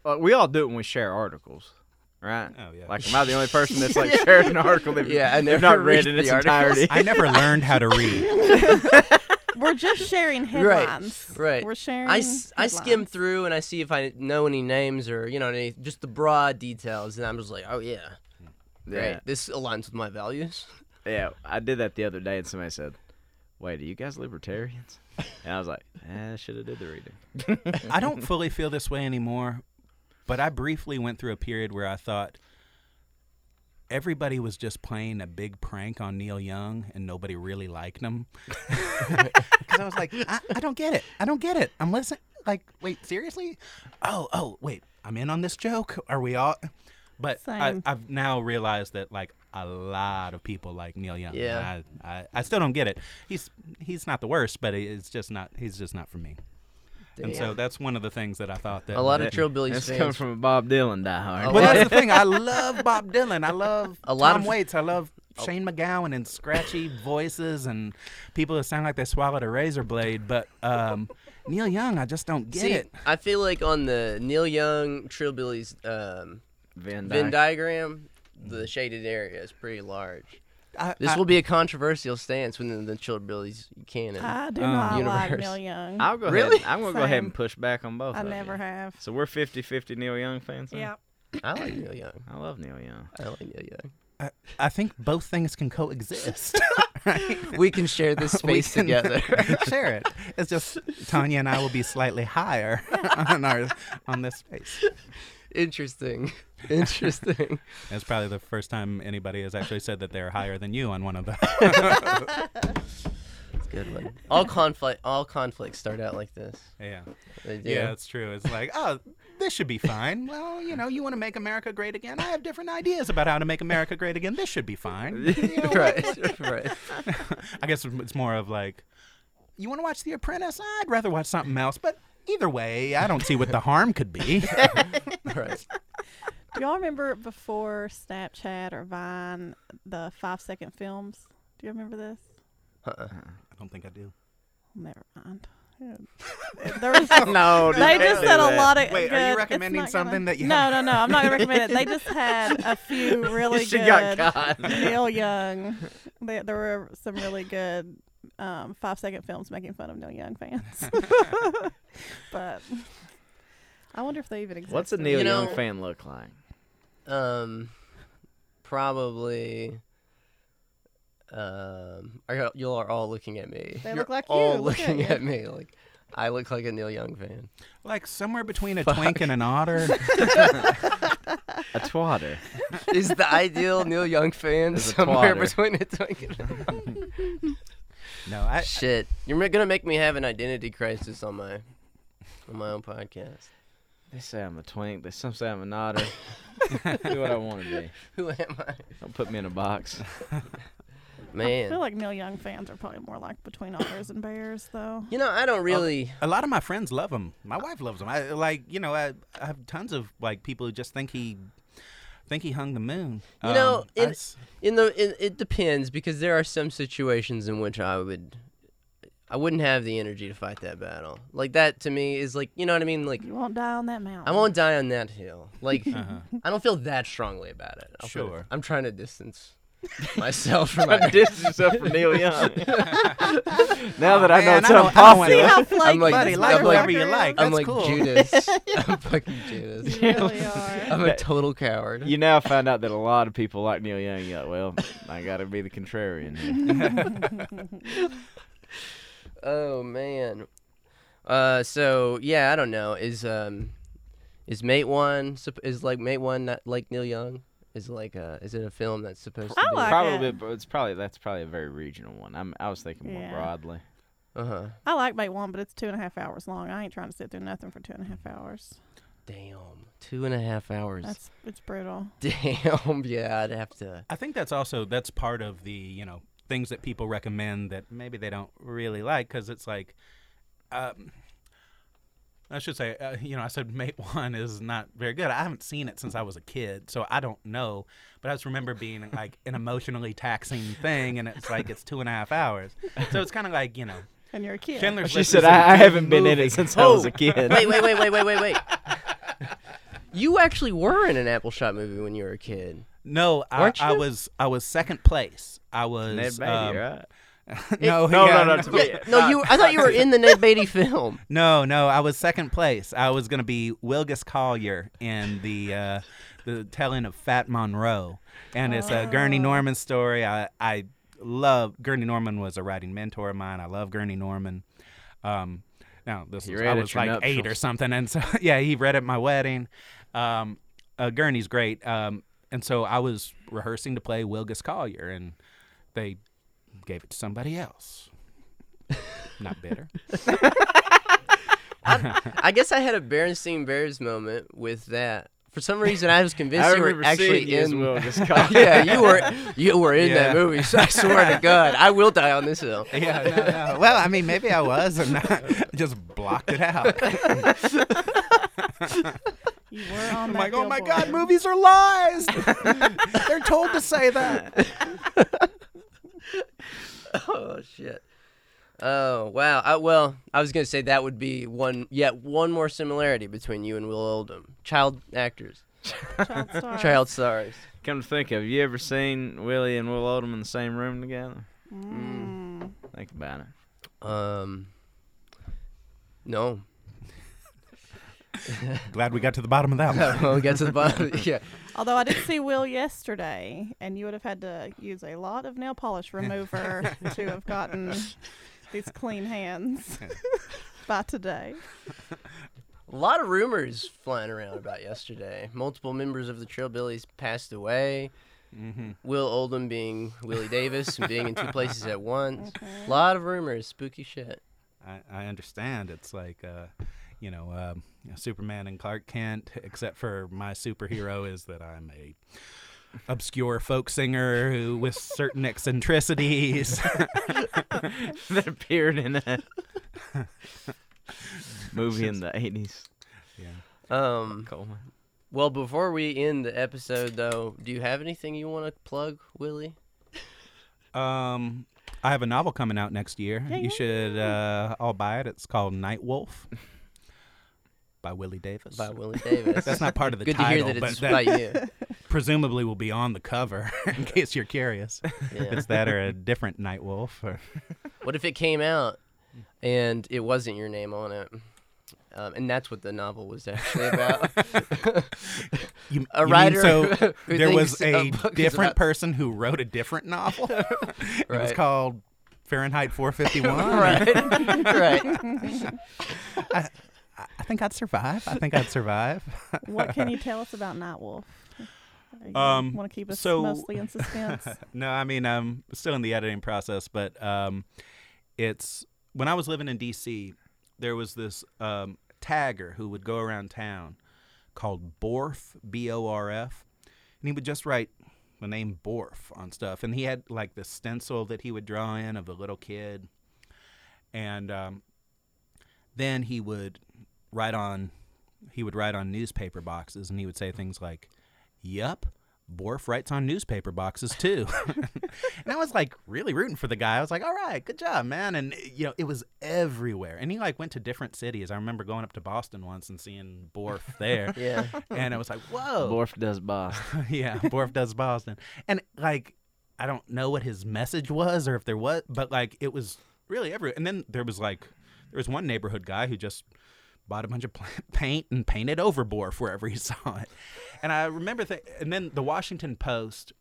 [SPEAKER 2] like, we all do it when we share articles, right?
[SPEAKER 3] Oh, yeah.
[SPEAKER 2] Like, am I the only person that's like sharing an article? That
[SPEAKER 1] Yeah, I
[SPEAKER 2] they've
[SPEAKER 1] never
[SPEAKER 2] not
[SPEAKER 1] read
[SPEAKER 2] read in its
[SPEAKER 1] the articles.
[SPEAKER 2] entirety.
[SPEAKER 3] I never learned how to read.
[SPEAKER 4] We're just sharing headlines.
[SPEAKER 1] right.
[SPEAKER 4] We're sharing.
[SPEAKER 1] I, s- I skim
[SPEAKER 4] headlines.
[SPEAKER 1] through and I see if I know any names or you know any just the broad details, and I'm just like, oh yeah, great,
[SPEAKER 2] Yeah.
[SPEAKER 1] this aligns with my values.
[SPEAKER 2] Yeah, I did that the other day, and somebody said, "Wait, are you guys libertarians?" And I was like, eh, "I should have did the reading."
[SPEAKER 3] I don't fully feel this way anymore, but I briefly went through a period where I thought everybody was just playing a big prank on Neil Young and nobody really liked him. Because I was like, I, I don't get it. I don't get it. I'm listening. Like, wait, seriously? Oh, oh, wait. I'm in on this joke. Are we all? But I,
[SPEAKER 4] Same.
[SPEAKER 3] I've now realized that like a lot of people like Neil Young. and
[SPEAKER 1] Yeah.
[SPEAKER 3] I, I, I still don't get it. He's he's not the worst, but it's just not. He's just not for me. And so that's one of the things that I thought that
[SPEAKER 1] A lot of
[SPEAKER 3] that-
[SPEAKER 1] Trillbillies
[SPEAKER 2] That's coming
[SPEAKER 1] fans.
[SPEAKER 2] from a Bob Dylan diehard.
[SPEAKER 1] Oh,
[SPEAKER 3] Well,
[SPEAKER 1] wow.
[SPEAKER 3] that's the thing. I love Bob Dylan. I love
[SPEAKER 1] A lot
[SPEAKER 3] Tom
[SPEAKER 1] of-
[SPEAKER 3] Waits. I love Shane McGowan and scratchy voices and people that sound like they swallowed a razor blade. But um, Neil Young, I just don't get
[SPEAKER 1] See,
[SPEAKER 3] it.
[SPEAKER 1] I feel like on the Neil Young Trillbillies um,
[SPEAKER 2] Van
[SPEAKER 1] Venn
[SPEAKER 2] Dyke.
[SPEAKER 1] diagram, the shaded area is pretty large.
[SPEAKER 3] I,
[SPEAKER 1] This
[SPEAKER 3] I-
[SPEAKER 1] will be a controversial stance within the Trillbillies canon.
[SPEAKER 4] I do
[SPEAKER 3] Um,
[SPEAKER 4] not like
[SPEAKER 1] universe.
[SPEAKER 4] Neil Young. I,
[SPEAKER 2] I'll go
[SPEAKER 1] Really?
[SPEAKER 2] ahead. I'm gonna go ahead
[SPEAKER 4] Same.
[SPEAKER 2] and push back on both. of you.
[SPEAKER 4] never have.
[SPEAKER 2] So we're 50-50 Neil Young fans. then?
[SPEAKER 4] Yeah.
[SPEAKER 1] I like Neil Young.
[SPEAKER 2] I love Neil Young.
[SPEAKER 1] I like Neil Young.
[SPEAKER 3] I, I think both things can coexist. right?
[SPEAKER 1] We can share this
[SPEAKER 3] We
[SPEAKER 1] space
[SPEAKER 3] can
[SPEAKER 1] together.
[SPEAKER 3] Share it. It's just Tanya and I will be slightly higher on our on this space.
[SPEAKER 1] Interesting. Interesting.
[SPEAKER 3] That's probably the first time anybody has actually said that they're higher than you on one of the.
[SPEAKER 1] Good one. All conflict all conflicts start out like this.
[SPEAKER 3] yeah.
[SPEAKER 1] They do.
[SPEAKER 3] Yeah, that's true. It's like, oh, this should be fine. Well, you know, you want to make America great again. I have different ideas about how to make America great again. This should be fine. You know,
[SPEAKER 1] right. Right.
[SPEAKER 3] I guess it's more of like, you want to watch The Apprentice? I'd rather watch something else. But either way, I don't see what the harm could be.
[SPEAKER 1] Right.
[SPEAKER 4] Do y'all remember before Snapchat or Vine, the five second films? Do you remember this?
[SPEAKER 1] Uh-uh.
[SPEAKER 3] I don't think I do.
[SPEAKER 4] Never mind. Yeah. There was-
[SPEAKER 2] No,
[SPEAKER 4] they just had a lot of.
[SPEAKER 3] Wait, are you
[SPEAKER 4] good- it's
[SPEAKER 3] recommending
[SPEAKER 4] not gonna-
[SPEAKER 3] something that you
[SPEAKER 4] No, no,
[SPEAKER 3] haven't-
[SPEAKER 4] no. I'm not gonna recommend it. They just had a few really
[SPEAKER 2] She
[SPEAKER 4] good.
[SPEAKER 2] got caught.
[SPEAKER 4] Neil Young. There, there were some really good um, five second films making fun of Neil Young fans. but I wonder if they even exist.
[SPEAKER 2] What's a
[SPEAKER 4] anymore.
[SPEAKER 2] Neil
[SPEAKER 1] You know-
[SPEAKER 2] Young fan look like?
[SPEAKER 1] Um, probably. Um, are y'all- y'all are all looking at me.
[SPEAKER 4] They
[SPEAKER 1] You're
[SPEAKER 4] look like you.
[SPEAKER 1] all
[SPEAKER 4] Look at
[SPEAKER 1] looking
[SPEAKER 4] you.
[SPEAKER 1] at, me. Like I look like a Neil Young fan.
[SPEAKER 3] Like somewhere between a twink and an otter.
[SPEAKER 2] A twatter.
[SPEAKER 1] Is the ideal Neil Young fan
[SPEAKER 2] Is a
[SPEAKER 1] somewhere
[SPEAKER 2] twatter.
[SPEAKER 1] between a twink and
[SPEAKER 3] No, I.
[SPEAKER 1] shit? You're ma- gonna make me have an identity crisis on my on my own podcast.
[SPEAKER 2] They say I'm a twink. They some say I'm an otter. Do what I want to be.
[SPEAKER 1] Who am I,
[SPEAKER 2] Don't put me in a box.
[SPEAKER 4] I feel
[SPEAKER 1] man?
[SPEAKER 4] like Neil Young fans are probably more like between otters and bears, though.
[SPEAKER 1] You know, I don't really.
[SPEAKER 3] A lot of my friends love him. My wife loves him. I like, you know, I, I have tons of like people who just think he think he hung the moon. Um,
[SPEAKER 1] You know,
[SPEAKER 3] I
[SPEAKER 1] it-
[SPEAKER 3] s-
[SPEAKER 1] In the in, it depends because there are some situations in which I would I wouldn't have the energy to fight that battle. Like that to me is like you know what I mean. Like
[SPEAKER 4] You won't die on that mountain.
[SPEAKER 1] I won't die on that hill. Like I don't feel that strongly about it. I'll put it-
[SPEAKER 3] Uh-huh. Sure.
[SPEAKER 1] I'm trying to distance myself from my.
[SPEAKER 2] Distance yourself from Neil Young. now that
[SPEAKER 4] Oh,
[SPEAKER 2] I know
[SPEAKER 3] man,
[SPEAKER 2] it's
[SPEAKER 3] I don't- I don't wanna-
[SPEAKER 4] See
[SPEAKER 2] impossible.
[SPEAKER 4] how flaky
[SPEAKER 1] like-
[SPEAKER 4] this
[SPEAKER 1] Buddy,
[SPEAKER 3] like
[SPEAKER 1] I'm like-
[SPEAKER 3] whoever you
[SPEAKER 4] motherfucker
[SPEAKER 3] like.
[SPEAKER 4] is.
[SPEAKER 1] I'm
[SPEAKER 3] That's
[SPEAKER 1] like
[SPEAKER 3] cool.
[SPEAKER 1] Judas. I'm fucking Judas.
[SPEAKER 4] You really are.
[SPEAKER 1] I'm a total coward.
[SPEAKER 2] You now find out that a lot of people like Neil Young. You're like, well, I gotta be the contrarian. Here.
[SPEAKER 1] Oh man. Uh, so yeah, I don't know. Is um, is Mate One sup- is like Mate One not like Neil Young? Is like uh, is it a film that's supposed to
[SPEAKER 4] I
[SPEAKER 1] be?
[SPEAKER 4] like-
[SPEAKER 2] Probably,
[SPEAKER 4] it.
[SPEAKER 2] but it's probably that's probably a very regional one. I'm, I was thinking more
[SPEAKER 4] Yeah.
[SPEAKER 2] broadly.
[SPEAKER 1] Uh huh.
[SPEAKER 4] I like Mate One, but it's two and a half hours long. I ain't trying to sit through nothing for two and a half hours.
[SPEAKER 1] Damn, two and a half hours.
[SPEAKER 4] That's it's brutal.
[SPEAKER 1] Damn. Yeah, I'd have to.
[SPEAKER 3] I think that's also that's part of the you know things that people recommend that maybe they don't really like because it's like, um, I should say uh, you know I said Mate One is not very good. I haven't seen it since I was a kid, so I don't know. But I just remember being like an emotionally taxing thing, and it's like it's two and a half hours, so it's kind of like you know
[SPEAKER 4] And you're a kid.
[SPEAKER 3] Chandler's
[SPEAKER 2] She
[SPEAKER 3] List
[SPEAKER 2] said,
[SPEAKER 3] is a
[SPEAKER 2] I, I
[SPEAKER 3] good
[SPEAKER 2] haven't been in
[SPEAKER 3] movie."
[SPEAKER 2] it since I was a kid.
[SPEAKER 1] Wait, wait, wait, wait, wait, wait, wait. You actually were in an Apple Shop movie when you were a kid.
[SPEAKER 3] No, I,
[SPEAKER 1] Weren't
[SPEAKER 3] I
[SPEAKER 1] you?
[SPEAKER 3] was I was second place. I was
[SPEAKER 2] Ned Beatty,
[SPEAKER 3] um,
[SPEAKER 2] right?
[SPEAKER 3] no,
[SPEAKER 2] No,
[SPEAKER 3] yeah,
[SPEAKER 2] no, no, to be-
[SPEAKER 1] No, you. I thought you were in the Ned Beatty film.
[SPEAKER 3] No, no, I was second place. I was going to be Wilgus Collier in the uh, the telling of Fat Monroe, and it's a Gurney
[SPEAKER 4] Oh.
[SPEAKER 3] Norman story. I I love Gurney Norman was a writing mentor of mine. I love Gurney Norman. Um, now this
[SPEAKER 2] He
[SPEAKER 3] was,
[SPEAKER 2] read
[SPEAKER 3] I
[SPEAKER 2] at
[SPEAKER 3] was
[SPEAKER 2] your
[SPEAKER 3] like eight or
[SPEAKER 2] nuptials.
[SPEAKER 3] something, and so yeah, he read at my wedding. Um, uh, Gurney's great, um, and so I was rehearsing to play Wilgus Collier, and they gave it to somebody else. Not bitter.
[SPEAKER 1] I guess I had a Berenstain Bears moment with that. For some reason, I was convinced
[SPEAKER 2] I
[SPEAKER 1] you were
[SPEAKER 2] remember seeing
[SPEAKER 1] actually
[SPEAKER 2] you as
[SPEAKER 1] in.
[SPEAKER 2] Will Giscard.
[SPEAKER 1] yeah, you were. You were in
[SPEAKER 3] Yeah.
[SPEAKER 1] that movie. So I swear to God, I will die on this hill.
[SPEAKER 3] yeah, no, no. Well, I mean, maybe I was, and I just blocked it out.
[SPEAKER 4] You were on
[SPEAKER 3] I'm
[SPEAKER 4] that
[SPEAKER 3] like, oh my
[SPEAKER 4] billboard."
[SPEAKER 3] God, movies are lies. They're told to say that.
[SPEAKER 1] Oh shit. Oh wow. I, well, I was gonna say that would be one yet one more similarity between you and Will Oldham, child actors,
[SPEAKER 4] Child star.
[SPEAKER 1] child stars.
[SPEAKER 2] Come to think of, it, you ever seen Willie and Will Oldham in the same room together?
[SPEAKER 4] Mm.
[SPEAKER 2] Think about it.
[SPEAKER 1] Um. No.
[SPEAKER 3] Glad we got to the bottom of that one.
[SPEAKER 1] we'll get to the bottom. yeah.
[SPEAKER 4] Although I did see Will yesterday, and you would have had to use a lot of nail polish remover to have gotten these clean hands by today.
[SPEAKER 1] A lot of rumors flying around about yesterday. Multiple members of the Trailbillies passed away.
[SPEAKER 3] Mm-hmm.
[SPEAKER 1] Will Oldham being Willie Davis and being in two places at once. A lot of rumors. Spooky shit.
[SPEAKER 3] I, I understand. It's like, uh, you know, um, Superman and Clark Kent, except for my superhero is that I'm a obscure folk singer who with certain eccentricities.
[SPEAKER 2] that appeared in a movie in the eighties.
[SPEAKER 3] yeah.
[SPEAKER 1] Um.
[SPEAKER 2] Coleman.
[SPEAKER 1] Well, before we end the episode, though, do you have anything you want to plug, Willie?
[SPEAKER 3] Um, I have a novel coming out next year. You should uh, all buy it. It's called Night Wolf by Willie Davis.
[SPEAKER 1] By Willie Davis.
[SPEAKER 3] That's not part of the
[SPEAKER 1] Good
[SPEAKER 3] title,
[SPEAKER 1] to hear that
[SPEAKER 3] but
[SPEAKER 1] it's
[SPEAKER 3] that
[SPEAKER 1] by you.
[SPEAKER 3] presumably will be on the cover in case you're curious.
[SPEAKER 1] Yeah.
[SPEAKER 3] It's that or a different Night Wolf. Or...
[SPEAKER 1] What if it came out and it wasn't your name on it? Um, and that's what the novel was actually about.
[SPEAKER 3] You,
[SPEAKER 1] A
[SPEAKER 3] you mean
[SPEAKER 1] writer
[SPEAKER 3] So
[SPEAKER 1] who
[SPEAKER 3] there was
[SPEAKER 1] thinks a
[SPEAKER 3] a
[SPEAKER 1] book is
[SPEAKER 3] different
[SPEAKER 1] about-
[SPEAKER 3] person who wrote a different novel. It was
[SPEAKER 1] Right.
[SPEAKER 3] called Fahrenheit 451.
[SPEAKER 1] right. right.
[SPEAKER 3] I think I'd survive. I think I'd survive.
[SPEAKER 4] What can you tell us about Night Wolf?
[SPEAKER 3] Um,
[SPEAKER 4] want to keep us
[SPEAKER 3] so-
[SPEAKER 4] mostly in suspense.
[SPEAKER 3] no, I mean I'm still in the editing process, but um, it's when I was living in D.C. There was this um, tagger who would go around town called Borf, B-O-R-F, and he would just write the name Borf on stuff, and he had like this stencil that he would draw in of a little kid, and um, then he would write on he would write on newspaper boxes, and he would say things like, "Yup." Borf writes on newspaper boxes too. and I was like really rooting for the guy. I was like, all right, good job, man. And you know, it was everywhere. And he like went to different cities. I remember going up to Boston once and seeing Borf there.
[SPEAKER 1] Yeah.
[SPEAKER 3] and I was like, whoa.
[SPEAKER 2] Borf does boss.
[SPEAKER 3] yeah, Borf does Boston. And like I don't know what his message was or if there was but like it was really everywhere. And then there was like there was one neighborhood guy who just bought a bunch of pla- paint and painted over Borf wherever he saw it. And I remember that. And then the Washington Post,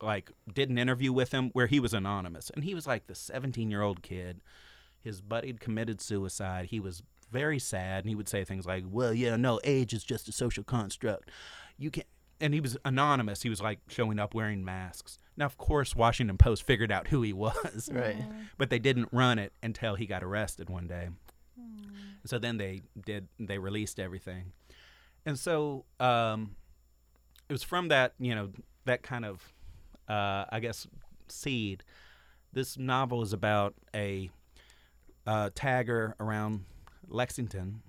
[SPEAKER 3] like, did an interview with him where he was anonymous, and he was like the 17 year old kid. His buddy had committed suicide. He was very sad, and he would say things like, "Well, yeah, no, age is just a social construct. You can." And he was anonymous. He was like showing up wearing masks. Now, of course, Washington Post figured out who he was
[SPEAKER 1] Right.
[SPEAKER 3] but they didn't run it until he got arrested one day. So then they did they released everything, and so um, it was from that you know that kind of uh, I guess seed. This novel is about a uh, tagger around Lexington.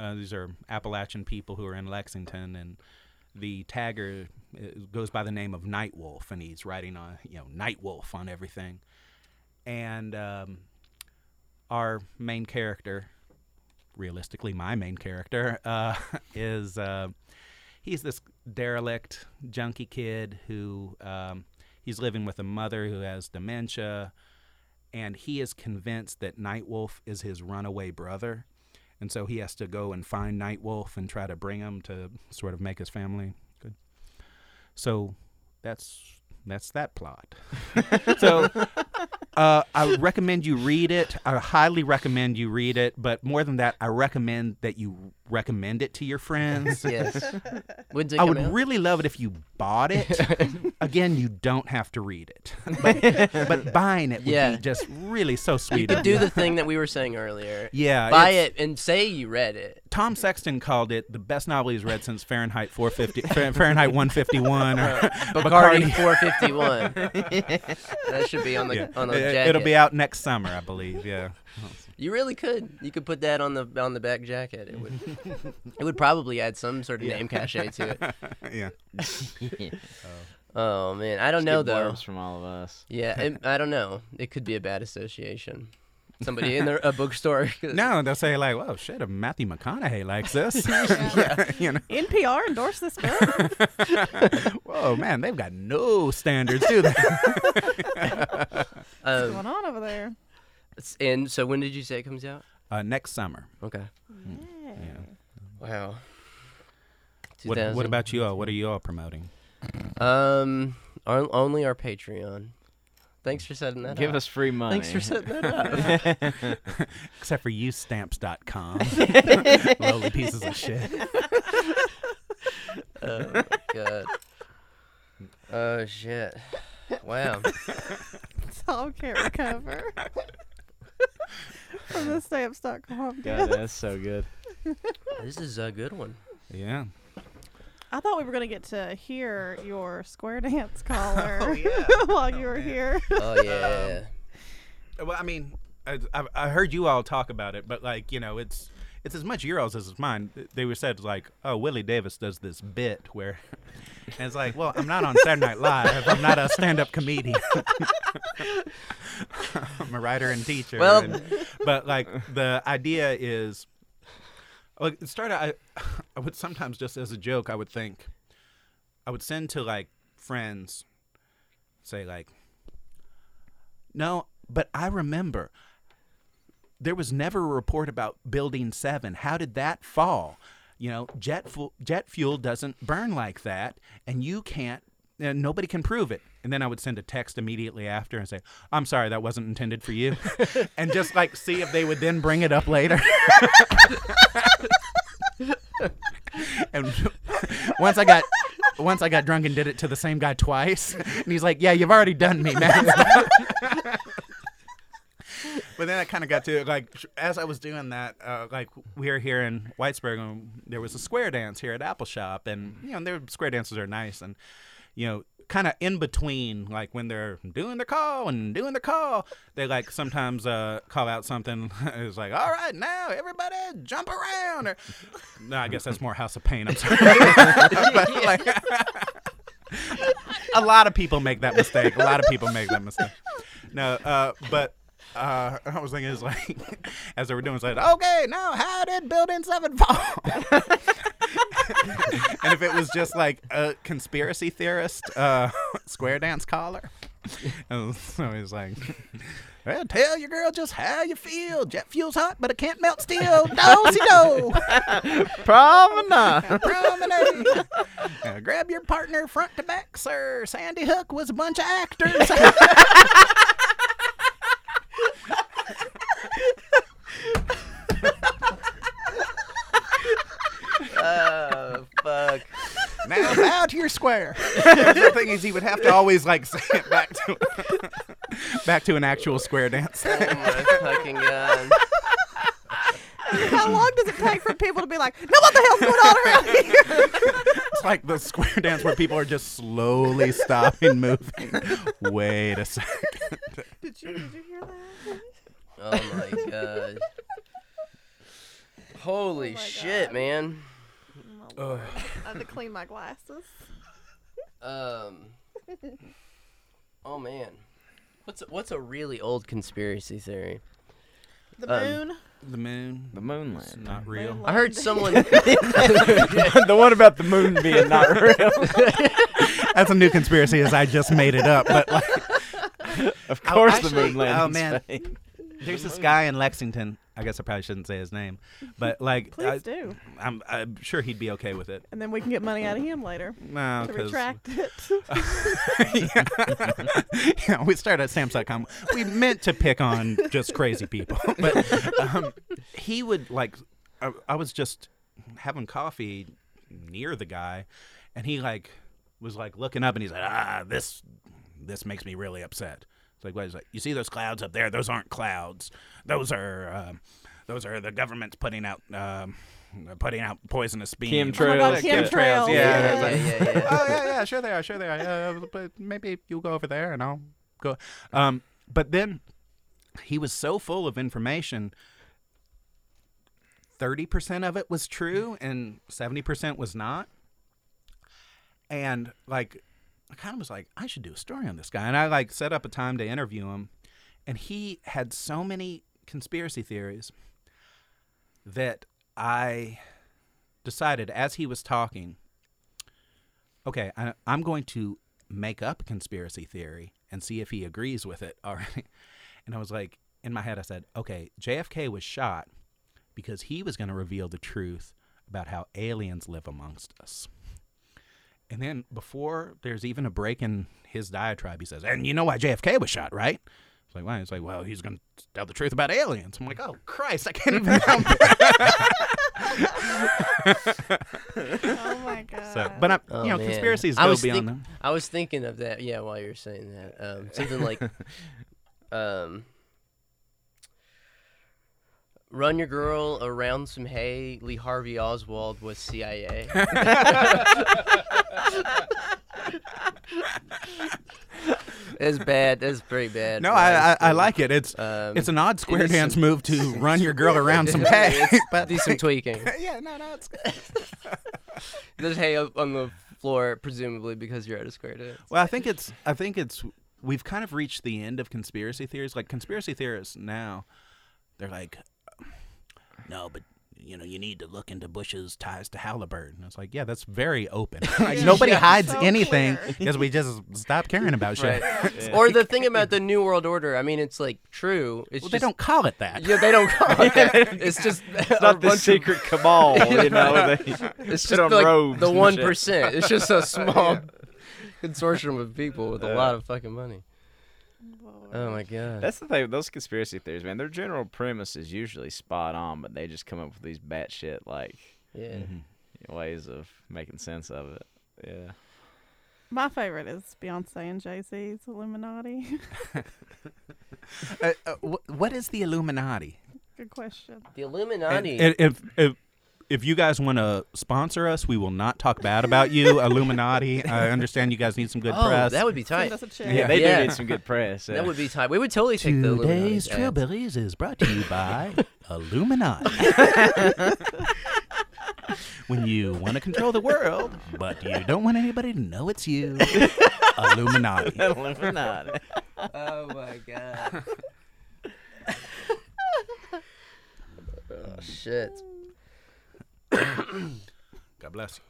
[SPEAKER 3] Uh, these are Appalachian people who are in Lexington, and the tagger uh, goes by the name of Night Wolf, and he's writing on you know Night Wolf on everything and um, our main character, realistically my main character, uh, is uh, he's this derelict junkie kid who um, he's living with a mother who has dementia, and he is convinced that Nightwolf is his runaway brother, and so he has to go and find Nightwolf and try to bring him to sort of make his family good. So that's that's that plot. so uh, I recommend you read it. I highly recommend you read it. But more than that, I recommend that you recommend it to your friends.
[SPEAKER 1] yes. When's it
[SPEAKER 3] I
[SPEAKER 1] come
[SPEAKER 3] would
[SPEAKER 1] out?
[SPEAKER 3] really love it if you bought it. Again, you don't have to read it, but, but buying it would
[SPEAKER 1] Yeah.
[SPEAKER 3] be just really so
[SPEAKER 1] you
[SPEAKER 3] sweet.
[SPEAKER 1] could
[SPEAKER 3] of
[SPEAKER 1] do
[SPEAKER 3] you.
[SPEAKER 1] the thing that we were saying earlier.
[SPEAKER 3] yeah.
[SPEAKER 1] Buy it
[SPEAKER 3] it's-
[SPEAKER 1] and say you read it.
[SPEAKER 3] Tom Sexton called it the best novel he's read since Fahrenheit 450, Fa- Fahrenheit 151, or
[SPEAKER 1] Bacardi 451. that should be on the
[SPEAKER 3] Yeah.
[SPEAKER 1] on the
[SPEAKER 3] It-
[SPEAKER 1] jacket.
[SPEAKER 3] It'll be out next summer, I believe. Yeah.
[SPEAKER 1] You really could. You could put that on the on the back jacket. It would it would probably add some sort of name cachet to it.
[SPEAKER 3] yeah.
[SPEAKER 1] Oh man, I don't know
[SPEAKER 2] Get
[SPEAKER 1] though.
[SPEAKER 2] blurbs from all of us.
[SPEAKER 1] Yeah, it, I don't know. It could be a bad association. Somebody in their, a bookstore.
[SPEAKER 3] No, they'll say like, "Well, shit, if Matthew McConaughey likes this." you know,
[SPEAKER 4] NPR endorsed this book.
[SPEAKER 3] whoa, man, they've got no standards, do they?
[SPEAKER 4] What's
[SPEAKER 1] Um,
[SPEAKER 4] going on over there?
[SPEAKER 1] and so when did you say it comes out?
[SPEAKER 3] uh, next summer.
[SPEAKER 1] Okay.
[SPEAKER 3] Yeah.
[SPEAKER 1] Wow.
[SPEAKER 3] What,
[SPEAKER 1] 2000.
[SPEAKER 3] what about you all? What are you all promoting?
[SPEAKER 1] Um, our, only our Patreon. Thanks for setting that
[SPEAKER 2] Give
[SPEAKER 1] up.
[SPEAKER 2] us free money.
[SPEAKER 1] Thanks for setting that up.
[SPEAKER 3] Except for usestamps.com. Lowly pieces of shit.
[SPEAKER 1] oh my god. Oh shit. Wow.
[SPEAKER 4] Tom can't recover from the stamps.com.
[SPEAKER 2] God, that's so good.
[SPEAKER 1] This is a good one.
[SPEAKER 3] Yeah.
[SPEAKER 4] I thought we were gonna get to hear your square dance caller while you were here.
[SPEAKER 1] Oh yeah.
[SPEAKER 3] Well, I mean, I, I- I heard you all talk about it, but like, you know, it's it's as much your all's as it's mine. They were said like, oh, Willie Davis does this bit where, and it's like, well, I'm not on Saturday Night Live. I'm not a stand-up comedian. I'm a writer and teacher.
[SPEAKER 1] Well-
[SPEAKER 3] and- but like the idea is, like, it started. I, I would sometimes just as a joke, I would think, I would send to like friends, say like, no, but I remember there was never a report about Building 7. How did that fall? You know, jet, fu- jet fuel doesn't burn like that, and you can't, and nobody can prove it. And then I would send a text immediately after and say, I'm sorry, that wasn't intended for you. and just like see if they would then bring it up later. and once I got. Once I got drunk and did it to the same guy twice, and he's like, "Yeah, you've already done me, man." but then I kind of got to like tr- as I was doing that, uh, like we were here in Whitesburg, and there was a square dance here at Apple Shop, and you know, their square dances are nice, and you know, kind of in between, like when they're doing their call and doing their call, they like sometimes uh, call out something. it's like, all right, now everybody jump around, or no, I guess that's more House of Pain. I'm sorry. But, like, a lot of people make that mistake. A lot of people make that mistake. No, uh, but uh, I was thinking, it's like, as they were doing, it's like, okay, now how did Building 7 fall? and if it was just like a conspiracy theorist, uh, square dance caller. And so he's like, well, tell your girl just how you feel. Jet fuel's hot, but it can't melt steel. Dosey do.
[SPEAKER 2] Promenade.
[SPEAKER 3] Promenade. Uh, grab your partner front to back, sir. Sandy Hook was a bunch of actors.
[SPEAKER 1] Oh fuck.
[SPEAKER 3] now bow to your square. the thing is, he would have to always like say it back to back to an actual square dance.
[SPEAKER 1] Oh my fucking god.
[SPEAKER 4] How long does it take for people to be like, "No, what the hell's going on around here?"
[SPEAKER 3] It's like the square dance where people are just slowly stopping moving. Wait a second.
[SPEAKER 4] Did you, did you hear that?
[SPEAKER 1] Oh my god. Holy
[SPEAKER 4] Oh my
[SPEAKER 1] shit,
[SPEAKER 4] God.
[SPEAKER 1] man.
[SPEAKER 4] I had to clean my glasses.
[SPEAKER 1] Um. Oh man. What's a, what's a really old conspiracy theory?
[SPEAKER 4] The
[SPEAKER 1] Um,
[SPEAKER 4] moon.
[SPEAKER 3] The moon.
[SPEAKER 2] The moon
[SPEAKER 3] It's
[SPEAKER 2] land.
[SPEAKER 3] not real.
[SPEAKER 1] I heard someone.
[SPEAKER 5] the one about the moon being not real.
[SPEAKER 3] That's a new conspiracy, as I just made it up. But like,
[SPEAKER 5] Of
[SPEAKER 3] Oh,
[SPEAKER 5] course, the
[SPEAKER 3] actually-
[SPEAKER 5] moon landing.
[SPEAKER 3] oh, man. there's this guy in Lexington. I guess I probably shouldn't say his name, but like,
[SPEAKER 4] Please
[SPEAKER 3] I,
[SPEAKER 4] do.
[SPEAKER 3] I'm, I'm sure he'd be okay with it.
[SPEAKER 4] And then we can get money out of him later
[SPEAKER 3] No,
[SPEAKER 4] to
[SPEAKER 3] 'cause-
[SPEAKER 4] retract it. Oh
[SPEAKER 3] yeah, we started at stamps.com. We meant to pick on just crazy people, but um, he would like. I, I was just having coffee near the guy, and he like was like looking up, and he's like, "Ah, this this makes me really upset." It's like, what? He's like, "You see those clouds up there? Those aren't clouds. Those are um, those are the government's putting out." Um, putting out poisonous beams.
[SPEAKER 5] Chemtrails.
[SPEAKER 4] Oh my God,
[SPEAKER 5] Yeah.
[SPEAKER 4] chemtrails,
[SPEAKER 3] Yeah,
[SPEAKER 4] yeah.
[SPEAKER 3] it's like,
[SPEAKER 1] yeah, yeah, yeah.
[SPEAKER 3] oh yeah, yeah, sure they are, sure they are. Yeah, yeah, but maybe you'll go over there and I'll go. Um, but then he was so full of information. Thirty percent of it was true, and seventy percent was not. And like, I kind of was like, I should do a story on this guy, and I like set up a time to interview him, and he had so many conspiracy theories that I decided as he was talking okay, I, I'm going to make up a conspiracy theory and see if he agrees with it. All right. And I was like, in my head, I said, okay, JFK was shot because he was going to reveal the truth about how aliens live amongst us. And then before there's even a break in his diatribe, he says, and you know why JFK was shot, right? It's like, why? It's like, well, he's going to tell the truth about aliens. I'm like, oh, Christ, I can't even help it.
[SPEAKER 4] Oh my god.
[SPEAKER 3] So, but, I'm,
[SPEAKER 1] Oh,
[SPEAKER 3] you know,
[SPEAKER 1] man.
[SPEAKER 3] conspiracies
[SPEAKER 1] I
[SPEAKER 3] go
[SPEAKER 1] was
[SPEAKER 3] beyond
[SPEAKER 1] think-
[SPEAKER 3] them.
[SPEAKER 1] I was thinking of that. Yeah, while you were saying that, um, something like, um, "Run your girl around some hay." Lee Harvey Oswald was CIA. That's bad. That's pretty bad.
[SPEAKER 3] No,
[SPEAKER 1] but
[SPEAKER 3] I, I, I
[SPEAKER 1] still,
[SPEAKER 3] like it. It's
[SPEAKER 1] Um,
[SPEAKER 3] it's an odd square
[SPEAKER 1] is
[SPEAKER 3] dance
[SPEAKER 1] some-
[SPEAKER 3] move to run your girl around some hay. but
[SPEAKER 1] do some tweaking.
[SPEAKER 3] yeah, no, no, it's
[SPEAKER 1] There's hay up on the floor, presumably because you're at a square dance.
[SPEAKER 3] well, I think it's I think it's we've kind of reached the end of conspiracy theories. Like conspiracy theorists now, they're like, no, but you know, you need to look into Bush's ties to Halliburton. It's like, yeah, that's very open. Like,
[SPEAKER 4] Yeah.
[SPEAKER 3] nobody
[SPEAKER 4] Yeah.
[SPEAKER 3] hides
[SPEAKER 4] So
[SPEAKER 3] anything
[SPEAKER 4] clear.
[SPEAKER 3] because we just stop caring about shit.
[SPEAKER 1] Right. Or the thing about the New World Order. I mean, it's like true. It's
[SPEAKER 3] Well,
[SPEAKER 1] just
[SPEAKER 3] they don't call it that.
[SPEAKER 1] Yeah, they don't call it that. It's just
[SPEAKER 2] It's not the secret cabal, you know. They
[SPEAKER 1] it's
[SPEAKER 2] put
[SPEAKER 1] just
[SPEAKER 2] on
[SPEAKER 1] like
[SPEAKER 2] robes
[SPEAKER 1] the
[SPEAKER 2] and
[SPEAKER 1] one
[SPEAKER 2] shit.
[SPEAKER 1] percent. It's just a small consortium of people with a lot of fucking money. Oh my god.
[SPEAKER 2] That's the thing. with Those conspiracy theories, man. Their general premise is usually spot on, but they just come up with these batshit like
[SPEAKER 1] Yeah.
[SPEAKER 2] Mm-hmm. ways of making sense of it. Yeah.
[SPEAKER 4] My favorite is Beyonce and Jay Z's Illuminati.
[SPEAKER 3] Uh, uh, wh- what is the Illuminati?
[SPEAKER 4] Good question.
[SPEAKER 1] The Illuminati.
[SPEAKER 3] And- and if if if you guys want to sponsor us, we will not talk bad about you, Illuminati. I understand you guys need some good
[SPEAKER 1] oh,
[SPEAKER 3] press.
[SPEAKER 1] that would be
[SPEAKER 4] Send
[SPEAKER 1] tight.
[SPEAKER 4] us a check.
[SPEAKER 2] Yeah, they
[SPEAKER 1] Yeah.
[SPEAKER 2] do need some good press. yeah.
[SPEAKER 1] That would be tight. We would totally take the
[SPEAKER 3] Today's
[SPEAKER 1] Illuminati.
[SPEAKER 3] Trillbillies is brought to you by Illuminati. when you want to control the world, but you don't want anybody to know it's you, Illuminati.
[SPEAKER 2] Illuminati.
[SPEAKER 1] Oh my god. oh shit.
[SPEAKER 3] God bless you.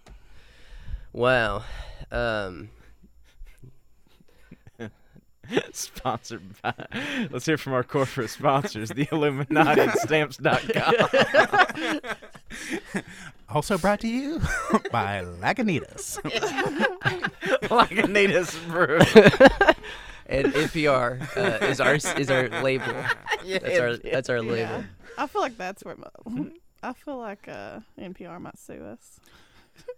[SPEAKER 1] Wow. Um
[SPEAKER 2] Sponsored by. Let's hear from our corporate sponsors, the Illuminati at stamps.com.
[SPEAKER 3] Also brought to you by Lagunitas.
[SPEAKER 2] like Anita's brew.
[SPEAKER 1] and NPR uh, is our is our label. That's our that's our label.
[SPEAKER 4] I feel like that's where. My, I feel like uh, NPR might sue us.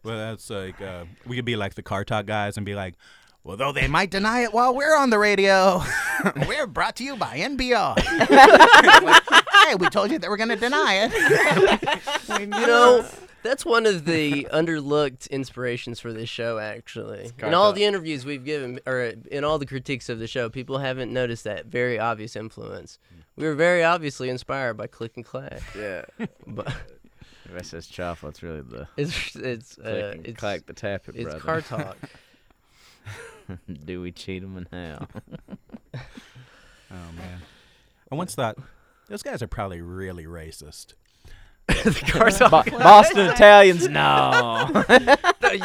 [SPEAKER 3] Well, that's like uh, we could be like the car talk guys and be like, well, though they might deny it while we're on the radio, we're brought to you by NBR. hey, we told you that we're gonna deny it.
[SPEAKER 1] You know, that's one of the underlooked inspirations for this show. Actually, in all
[SPEAKER 2] Cartel.
[SPEAKER 1] the interviews we've given, or in all the critiques of the show, people haven't noticed that very obvious influence.
[SPEAKER 3] Hmm.
[SPEAKER 1] We were very obviously inspired by Click and Clack,
[SPEAKER 2] Yeah.
[SPEAKER 1] but
[SPEAKER 2] If I says chocolate's really the.
[SPEAKER 1] it's it's uh,
[SPEAKER 2] click and
[SPEAKER 1] it's
[SPEAKER 2] clack the tappet,
[SPEAKER 1] it's
[SPEAKER 2] brother.
[SPEAKER 1] car talk.
[SPEAKER 2] Do we cheat 'em and how?
[SPEAKER 3] Oh man, I once thought Those guys are probably really racist.
[SPEAKER 2] the Cardog.
[SPEAKER 5] Bo- Boston Italians, no.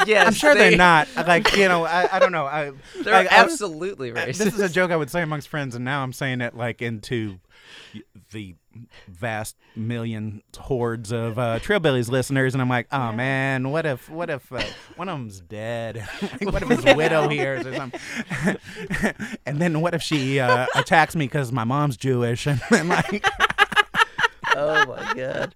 [SPEAKER 1] yes,
[SPEAKER 3] I'm sure
[SPEAKER 1] they-
[SPEAKER 3] they're not. Like you know, I, I don't know. I,
[SPEAKER 1] They're
[SPEAKER 3] like, I was-
[SPEAKER 1] absolutely racist.
[SPEAKER 3] I- Uh, This is a joke I would say amongst friends, and now I'm saying it like into y- the vast million hordes of uh, Trailbillies listeners, and I'm like, oh man, what if, what if uh, one of them's dead? Like, what if his widow hears or something? and then what if she uh, attacks me because my mom's Jewish? And then like,
[SPEAKER 1] oh my god.